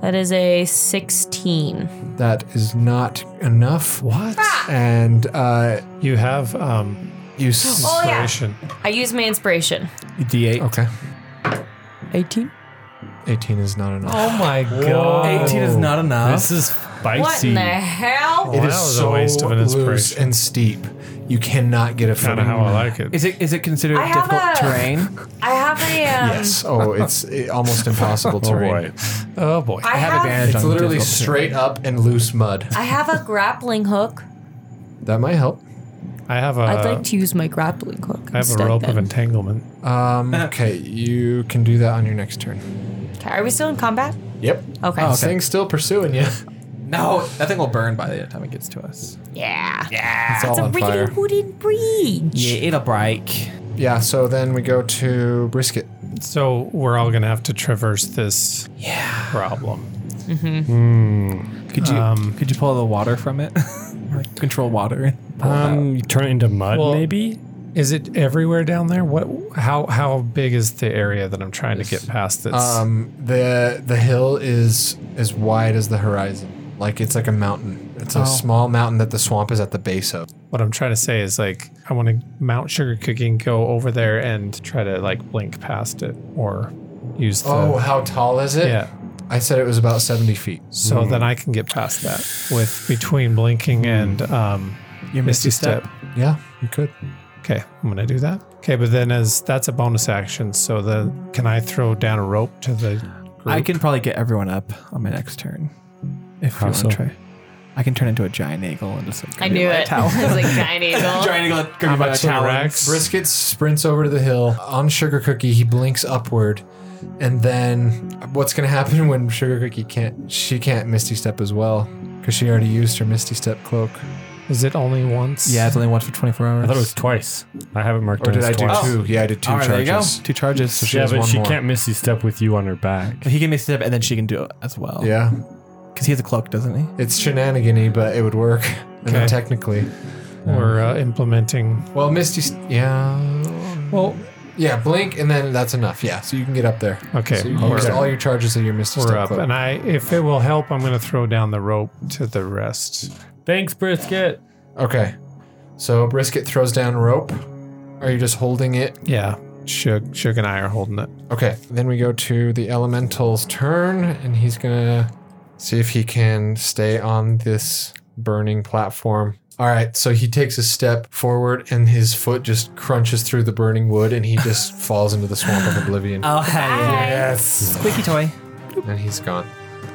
That is a 16. That is not enough. What? And uh, You have um, you. s- Oh, yeah. inspiration. I use my inspiration. D8. Okay. 18? 18 is not enough. Oh my god. 18 is not enough. This is What spicy. in the hell? It Wow, is that was a so waste of an loose inspiration. and steep. You cannot get a Kind footing. of how I like it. Is it is it considered I have difficult a- terrain? I have a. Um, <laughs> Yes. Oh, it's eh, almost impossible Oh terrain. boy. Oh boy. I have, advantage It's on literally difficult straight up and loose mud. I have a grappling hook. That might help. I have a. I'd like to use my grappling hook. Uh, I have a rope of entanglement. Um, okay, you can do that on your next turn. Okay, Are we still in combat? Yep. Okay. This thing's still pursuing you. terrain. No, that thing will burn by the time it gets to us. Yeah. It's all It's a on fire. freaking wooden bridge. Yeah, it'll break. Yeah, so then we go to Brisket. So we're all gonna have to traverse this problem. Could you could you pull the water from it? <laughs> like control water. Um, you turn it into mud, Well- maybe? Is it everywhere down there? What? How? How big is the area that I'm trying to get past this? Um, the the hill is as wide as the horizon. Like it's like a mountain. It's a small mountain that the swamp is at the base of. what I'm trying to say is like I want to mount sugar cookie and go over there and try to like blink past it or use the Oh, how tall is it? yeah. I said it was about 70 feet. So then I can get past that with between blinking and um, Your misty step. Yeah, you could. Okay, I'm gonna do that. Okay, but then as that's a bonus action, so the can I throw down a rope to the group? I can probably get everyone up on my next turn. If How you so? want to try. I can turn into a giant eagle and just like I knew it. <laughs> towel. I was like, giant eagle. giant eagle grab about two racks? Brisket sprints over to the hill on Sugar Cookie. He blinks upward, and then what's gonna happen <laughs> when Sugar Cookie can't? She can't Misty Step as well because she already used her Misty Step cloak. Is it only once? Yeah, it's only once for 24 hours. I thought it was twice. I have it marked Or down did as I do twice. two? Yeah, I did two All right, there you go. charges. Two charges. So she yeah, has but one she more. can't missy step with you on her back. he can make a step, and then she can do it as well. Yeah, because he has a cloak, doesn't he? it's shenanigany, but it would work. <laughs> I mean, Okay. technically. We're uh, implementing. Well, Misty. St- yeah. Well, Yeah, blink, and then that's enough. Yeah, so you can get up there. Okay, So you we're used up. all your charges of your Misty we're Step up, Cloak. and I, if it will help, I'm going to throw down the rope to the rest. Thanks, brisket. Okay. So Brisket throws down rope. Are you just holding it? Yeah, Shug, Shug, and I are holding it. Okay. Then we go to the Elemental's turn, and he's going to see if he can stay on this burning platform. All right. So he takes a step forward, and his foot just crunches through the burning wood, and he just falls into the swamp of oblivion. Oh, hey. Yes. Squeaky toy. And he's gone.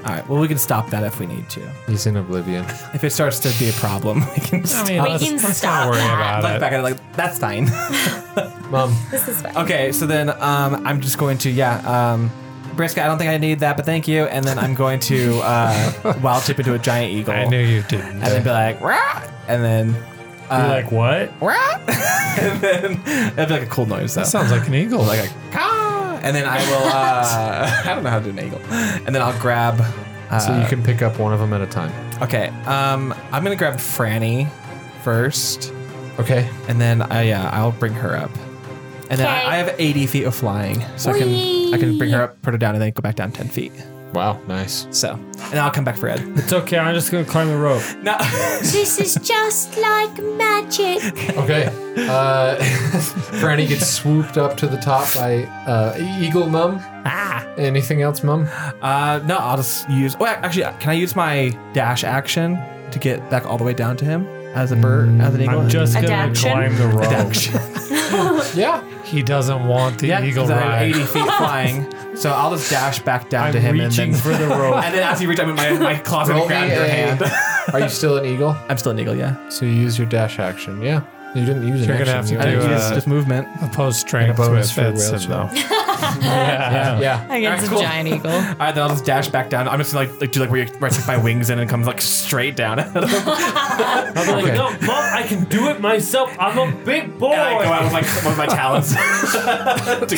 All right. Well, we can stop that if we need to. He's in oblivion. If it starts to be a problem, <laughs> we can stop. we can stop. Worry that. about Look it. back at it like that's fine. <laughs> Mom, This is fine. okay, so then um, I'm just going to yeah, um, brisket. I don't think I need that, but thank you. And then I'm going to uh, wild tip into a giant eagle. I knew you didn't. And then be like, Rah! and then You're uh, like, what? Rah! <laughs> and then that'd be like a cool noise. Though. That sounds like an eagle. like a "Caw!" and then I will. Uh, <laughs> I don't know how to do an eagle. And then I'll grab. Uh, so you can pick up one of them at a time. Okay. Um, I'm gonna grab Franny first, Okay. and then I yeah I'll bring her up, and then I, Okay. I have 80 feet of flying, so I can I can bring her up, put her down, and then go back down 10 feet. Wow. Nice. So, and I'll come back for Ed. <laughs> It's okay. I'm just gonna climb the rope. No. This is just like magic. Okay. Uh, <laughs> Franny gets swooped up to the top by uh, Eagle Mum. ah. Anything else, Mum? Uh, no, I'll just use. Oh, actually, can I use my dash action to get back all the way down to him as a bird, as an eagle? I'm just gonna Adaption. climb <laughs> the rope. Action. Yeah. he doesn't want the <laughs> Yeah, <laughs> eagle 'cause I'm ride. 80 feet flying. So I'll just dash back down I'm to him reaching and then. for <laughs> the rope. and then as you reach, I'm in my, my closet and grab your hand. <laughs> <laughs> Are you still an eagle? I'm still an eagle, yeah. So you use your dash action. Yeah. You didn't use You're an gonna action. have to you do I think a- it's just movement. Opposed strength And a with bonus for Fenson, wheelchair. though. yeah. Yeah. Against Alright, a cool. giant <laughs> eagle. All right, then I'll just dash back down. I'm just gonna, like, like do like where you where I stick my wings in and it comes like straight down. <laughs> and I I'm like, no, mom, I can do it myself. I'm a big boy. go out with my with <laughs> my talons to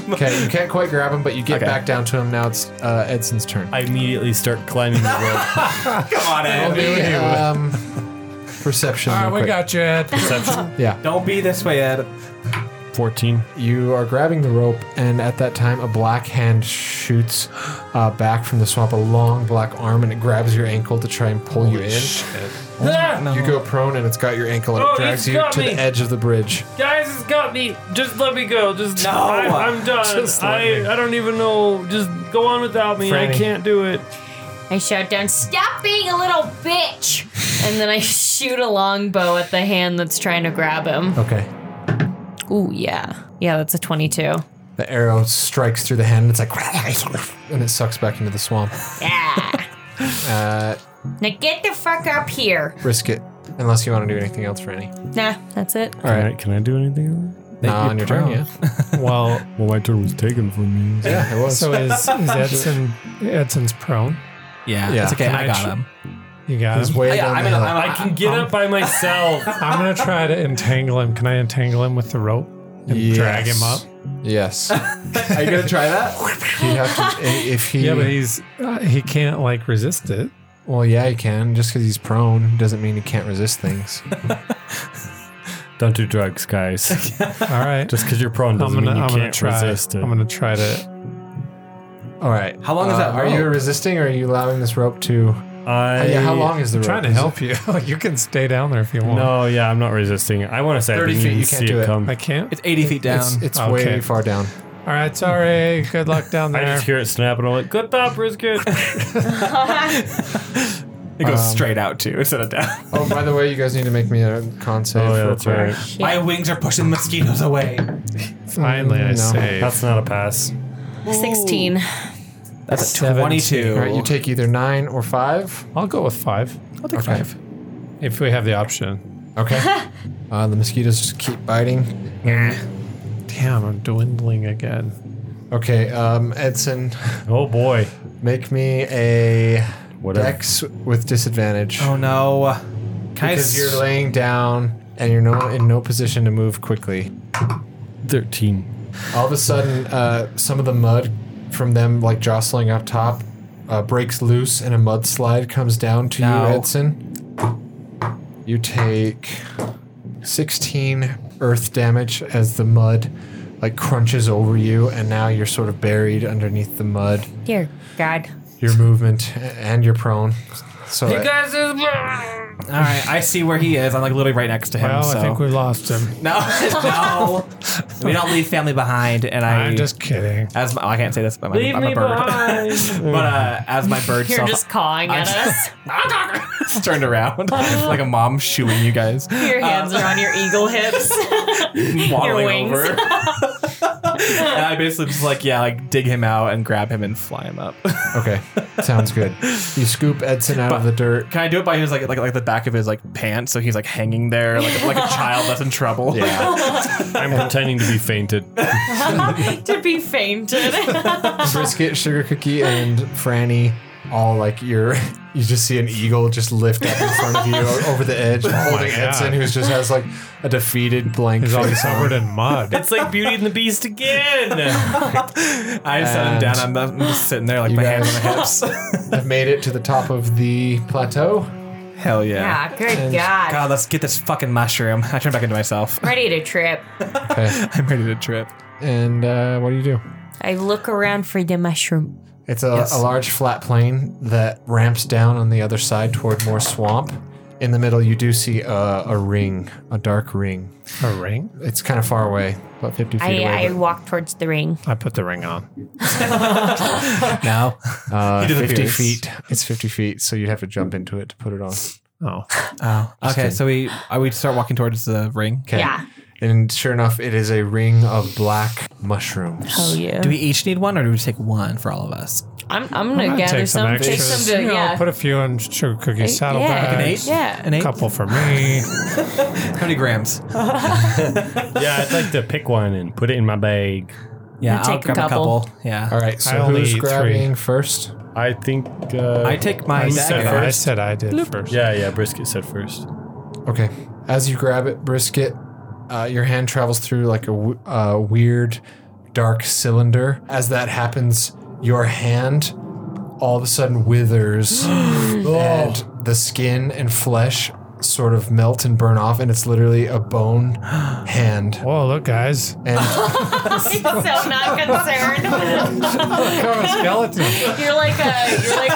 <laughs> him. Okay, you can't quite grab him, but you get Okay. back down to him. Now it's uh, Edson's turn. I immediately start climbing the <laughs> rope. Come on, Ed. Um, <laughs> perception. All real right, we quick. got you, Ed. Yeah. Don't be this way, Ed. 14. You are grabbing the rope, and at that time, a black hand shoots uh, back from the swamp, a long black arm, and it grabs your ankle to try and pull you in. Ah, You go prone, and it's got your ankle, and Oh, it drags it's you got to me. the edge of the bridge. Guys, it's got me. Just let me go. Just no. I, I'm done. Just let I, me. I don't even know. Just go on without me. I Franny. can't do it. I shout down, "Stop being a little bitch!" and then I shoot a longbow at the hand that's trying to grab him. Okay. Ooh, yeah, yeah, that's a twenty-two. The arrow strikes through the hand, and it's like, <laughs> and it sucks back into the swamp. Yeah. Uh, now get the fuck up here. brisket, unless you want to do anything else, Franny. Nah, that's it. All right. Can I do anything? Nah, on your turn, yeah. <laughs> Well, Well, my turn was taken from me. Yeah, it <laughs> was. so <laughs> is, is Edson Edson's prone? Yeah, Yeah. it's okay. Can I I got ch- him. You got He's him. way Yeah, down I'm the in a- hill. I'm- I can Um, get up by <laughs> myself. I'm gonna try to entangle him. Can I entangle him with the rope and drag him up? Yes. Yes. <laughs> Are you gonna try that? You'd have to, if he. Yeah, but he's uh, he can't like resist it. Well, yeah, he can. Just because he's prone doesn't mean he can't resist things. Don't do drugs, guys. All right, Just because you're prone I'm doesn't gonna mean you I'm gonna can't try. resist it. I'm gonna try to. All right. How long is that Uh, Are you rope? resisting or are you allowing this rope to. uh, I, Oh, yeah, how long is the I'm rope? trying to Is it- help you. <laughs> you can stay down there if you want. No, yeah, I'm not resisting. I want to say I 30 didn't feet, even you can't see do it it. come. I can't. It's 80 feet down. It's, it's Okay. way far down. All right, sorry. Good luck down I there. just hear it snap, and I'm like, "Good thought, brisket." it Um, goes straight out too instead of down. Oh, by the way, you guys need to make me a con save. oh yeah, real that's quick. right. My wings are pushing mosquitoes away. Finally, I No. say. That's not a pass. Sixteen. That's a 22. All right, you take either nine or five. I'll go with five I'll take five. if we have the option. Okay. <laughs> uh, the mosquitoes just keep biting. Damn, I'm dwindling again. Okay, um, Edson, Oh boy, make me a whatever. dex with disadvantage. Oh no. Can I because s- you're laying down and you're no in no position to move quickly. 13. All of a sudden, uh, some of the mud from them like jostling up top uh, breaks loose, and a mudslide comes down to No. you, Edson. You take 16 earth damage as the mud like crunches over you, and now you're sort of buried underneath the mud. Dear God. Your movement a- and you're prone. So uh, All right, I see where he is. I'm like literally right next to him. Well, so. Oh, I think we lost him. no, <laughs> no, we don't leave family behind. And I I'm just <laughs> kidding. as my, oh, I can't say this, but I'm, a- I'm a bird. <laughs> but uh, as my <laughs> bird You're self, just cawing at us. just <laughs> <laughs> turned around <laughs> like a mom shooing you guys, Your hands are on your eagle <laughs> hips. waddling wings. over. <laughs> <laughs> and I basically just like yeah, like dig him out and grab him and fly him up. <laughs> okay, sounds good. You scoop Edson out of the dirt. Can I do it by his like like like the back of his like pants, so he's like hanging there like like a child <laughs> that's in trouble? Yeah. I'm pretending to be fainted. to be fainted. brisket, sugar cookie, and Franny all like you're <laughs> you just see an eagle just lift up in front of you o- over the edge holding Oh God. Edson who's just has like a defeated blank He's all face on. covered in mud. It's like Beauty and the Beast <laughs> again. I just set him And down. I'm, I'm just sitting there like you my guys- hands on the <laughs> hips. I've made it to the top of the plateau. Hell yeah. Ah, good God. God, let's get this fucking mushroom. I turn back into myself. <laughs> I'm ready to trip. Okay. I'm ready to trip. And uh, what do you do? I look around for the mushroom. It's a, a large flat plain that ramps down on the other side toward more swamp. In the middle, you do see a, a ring, a dark ring. A ring? It's kind of far away, about 50 feet I, away. I but- walk towards the ring. <laughs> I put the ring on. Now, Uh, He disappears. 50 feet. It's 50 feet, so you'd have to jump into it to put it on. Oh. oh, okay. So we uh, we start walking towards the ring. Okay. Yeah. And sure enough, it is a ring of black mushrooms. Oh, yeah. Do we each need one, or do we take one for all of us? I'm, I'm gonna gather take some some, take extras. some to You know, yeah. put a few in sugar cookie saddlebags. Yeah. An eight. Couple for me. How many grams? yeah, I'd like to pick one and put it in my bag. Yeah, I'll take a grab a couple. couple. Oh, Yeah. All right, so I only who's eat grabbing first? I think. Uh, I take my I dagger. said, I said I did first. Yeah, yeah, brisket said first. Okay. As you grab it, brisket, uh, your hand travels through like a w- uh, weird, dark cylinder. As that happens, your hand all of a sudden withers, and the skin and flesh sort of melt and burn off, and it's literally a bone hand. Whoa, look, guys. And <laughs> He's so not <laughs> concerned. skeleton. you're like a you're like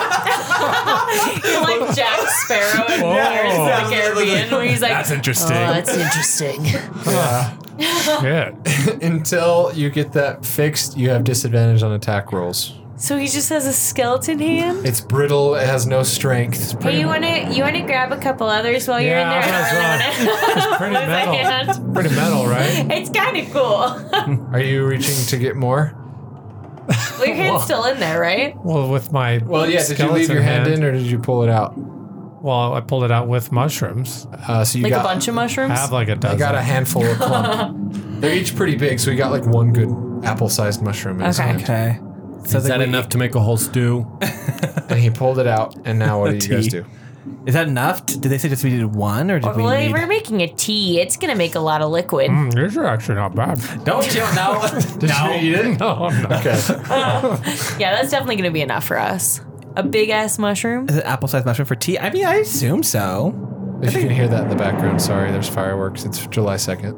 you're like <laughs> Jack Sparrow in Pirates of the Caribbean, where he's like, Oh, interesting. that's interesting. Shit. Until you get that fixed, you have disadvantage on attack rolls. So he just has a skeleton hand. It's brittle. It has no strength. Hey, you wanna you wanna grab a couple others while you're Yeah, in there? I I <laughs> don't Pretty really wanna with my metal. hand. Pretty metal, right? It's kinda cool. Are you reaching to get more? Well, your hand's still in there, right? <laughs> Well, with my Well, yeah. Did you leave your hand, in, or did you pull it out? Well, I pulled it out with mushrooms. Uh, so you Like got a bunch of I mushrooms. have like a I dozen. got a handful of clump. <laughs> They're each pretty big, so you got like one good apple-sized mushroom in his Okay. hand. Okay. So Is that enough to make a whole stew? And he pulled it out, and now <laughs> what do you guys Tea. do? Is that enough? Did they say just we needed one, or did we well, if need? we're making a tea, it's gonna make a lot of liquid. <laughs> Mm, these are actually not bad. Don't you know? no. You didn't. No, I'm not. Okay. Yeah, that's definitely gonna be enough for us. A big ass mushroom. Is it apple-sized mushroom for tea? I mean, I assume so. If you can hear that in the background, sorry. There's fireworks. It's July second.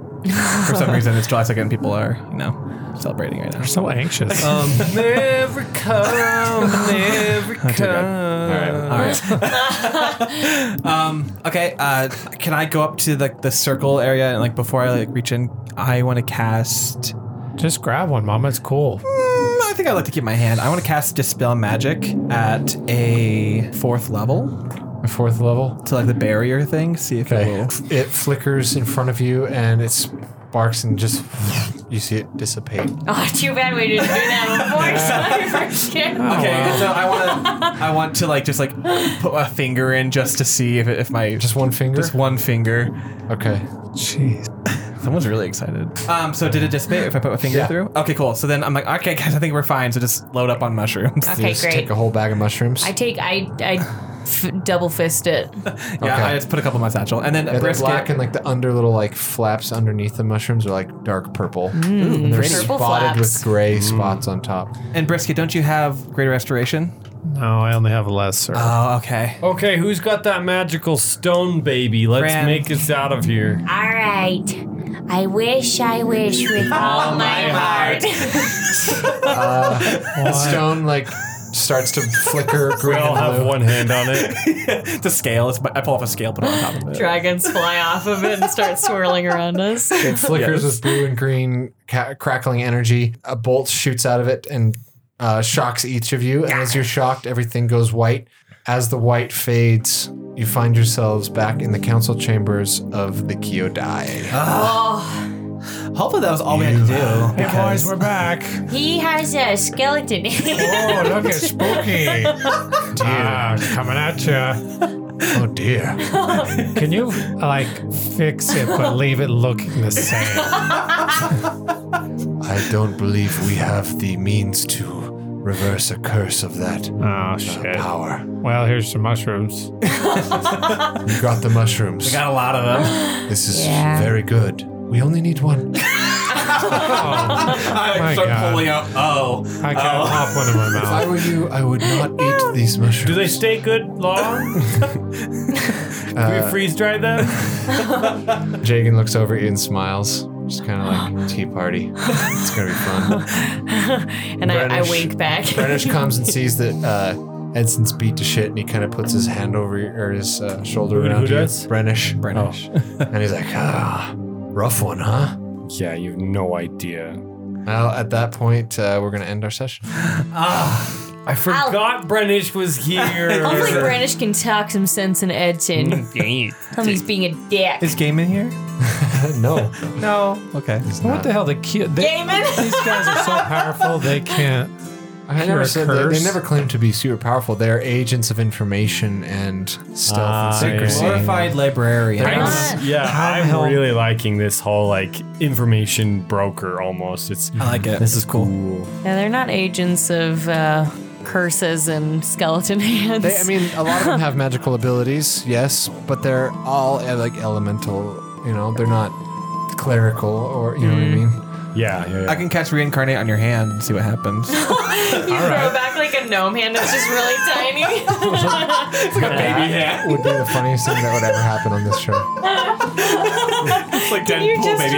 For <laughs> some reason, it's July second. and People are, you know, celebrating right now. So anxious. <laughs> never come, <laughs> never come. All right. um, okay. Uh, can I go up to the the circle area and like before I like reach in, I want to cast. Just grab one, Mama. It's cool. Mm, I think I'd like to keep my hand. I want to cast dispel magic at a fourth level Fourth level. to like the barrier thing. See if it Okay. will. It flickers in front of you and it sparks and just you see it dissipate. Oh, too bad we didn't do that before. Sorry for shit. Okay, so I want to, I want to like just like put a finger in just to see if it, if my Just one finger. just one finger. Okay. Jeez. Someone's really excited. Um, so did it dissipate if I put my finger Yeah. through? Okay, <laughs> cool. So then I'm like, okay, guys, I think we're fine. So just load up on mushrooms. Okay, Just great. take a whole bag of mushrooms. I take I I f- double fist it. <laughs> Yeah, Okay. I just put a couple in my satchel. And then Yeah, they're brisket. black and like the under little like flaps underneath the mushrooms are like dark purple. and they're Mm, Purple spotted flaps. with gray spots on top. And brisket, don't you have greater restoration? No, I only have lesser. Oh, <laughs> okay. Okay, who's got that magical stone baby? Let's Fran. make us out of here. All right. I wish, I wish <laughs> with all my heart. The stone like starts to flicker green <laughs> We all and have blue. one hand on it. <laughs> It's a scale. It's, I pull off a scale, put it on top of it. Dragons fly off of it and start swirling around us. It flickers with blue and green ca- crackling energy. A bolt shoots out of it and uh, shocks each of you. And as you're shocked, everything goes white. As the white fades, you find yourselves back in the council chambers of the Kyodai. Hopefully that was all we had to do. Hey boys, we're <laughs> back. He has a skeleton. <laughs> Oh, look, it's <laughs> spooky. Ah, coming at you. Oh dear. Can you like fix it but leave it looking <laughs> the same? I don't believe we have the means to reverse a curse of that Oh shit. power. Well, here's some mushrooms. You got the mushrooms. Got a lot of them. This is very good. We only need one. I My God. out. Oh. I can't pop one in my If I <laughs> mouth. were you, I would not eat these mushrooms. Do they stay good <laughs> long? Can we freeze dry them? Jagan looks over at you and smiles. Just kind of like tea party. It's gonna be fun. <laughs> And I, I Brennish. wink back. Brennish comes and sees that uh, Edson's beat to shit, and he kind of puts his hand over your, or his uh, shoulder Who- around who you. does? Brennish. and he's like, ah, rough one, huh? Yeah, you have no idea. Well, at that point, uh, we're gonna end our session. I forgot Brennish <laughs> was Hopefully, here. Brandish can talk some sense in Mm, Edson. Tell him he's being a dick. Is <laughs> Game in here? no, No. Okay. What the hell? The ki- they, <laughs> <laughs> these guys are so powerful they can't. I You're never a said they, they curse. never claimed to be super powerful. They are agents of information and stealth and Ah, yeah. secrecy. Glorified librarian. I'm- not- yeah, How the hell- I'm really liking this whole like information broker almost. It's I like it. This is cool. cool. Yeah, they're not agents of uh, curses and skeleton <laughs> hands. They, I mean, a lot of them have magical abilities, yes, but they're all uh, like elemental. You know, they're not clerical or you know what I mean. Yeah, yeah, yeah. I can catch reincarnate on your hand and see what <laughs> happens. you throw back like a gnome hand that's just <laughs> really tiny. Baby It would be the funniest thing that would ever happen on this show. It's like you just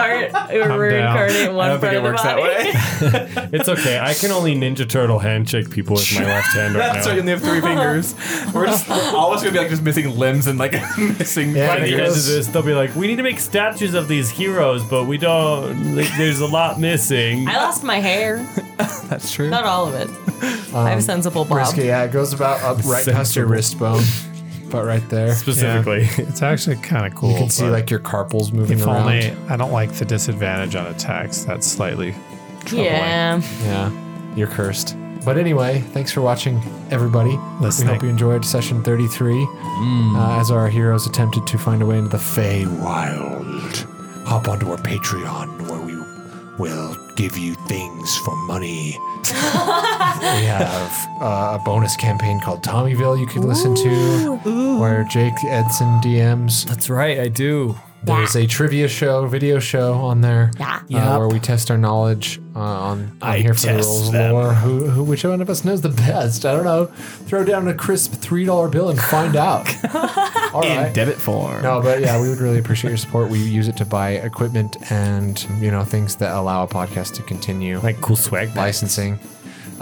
<laughs> reincarnate one part, or reincarnate one I don't part think it of the works that body. <laughs> way. it's okay. I can only Ninja Turtle handshake people with my left hand <laughs> right That's now. why you only <laughs> have three fingers. We're just we're always gonna be like just missing limbs and like <laughs> missing. Yeah, By the end of fingers. this, they'll be like, "We need to make statues of these heroes, but we don't. Like, there's a <laughs> lot missing." I lost my hair. That's true. Not all of <laughs> it. I Um, have sensible bob. Risky, yeah, it goes about up right past your wrist bone, but right there. Specifically, It's actually kind of cool. You can see but like your carpals moving if around. only I don't like the disadvantage on attacks. That's slightly Yeah. Yeah, you're cursed. But anyway, thanks for watching, everybody. Listening. We hope you enjoyed session 33 uh, as our heroes attempted to find a way into the Feywild. Hop onto our Patreon where we will give you things for money. we have uh, a bonus campaign called Tommyville you could listen to, where Jake Edson DMs. that's right. I do. There's a trivia show, video show on there Yeah. uh, where we test our knowledge uh, on, on I here for the test rules them. lore. Who, who, which one of us knows the best? I don't know. Throw down a crisp three dollar bill and find <laughs> out. All right. debit form. no, but yeah, we would really appreciate your support. We use it to buy equipment and you know things that allow a podcast to continue, Like cool swag. bags. licensing.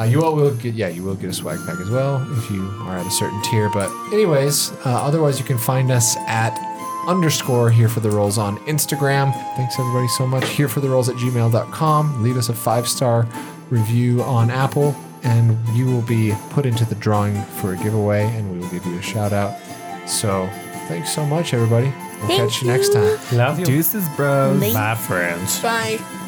Uh, you all will get yeah, you will get a swag pack as well if you are at a certain tier. But anyways, uh, otherwise you can find us at underscore here for the rolls on Instagram. Thanks everybody so much. Here for the rolls at gmail.com. Leave us a five star review on Apple, and you will be put into the drawing for a giveaway, and we will give you a shout out. So thanks so much, everybody. We'll catch you next time. love you, Deuces, bros. my friends. Bye.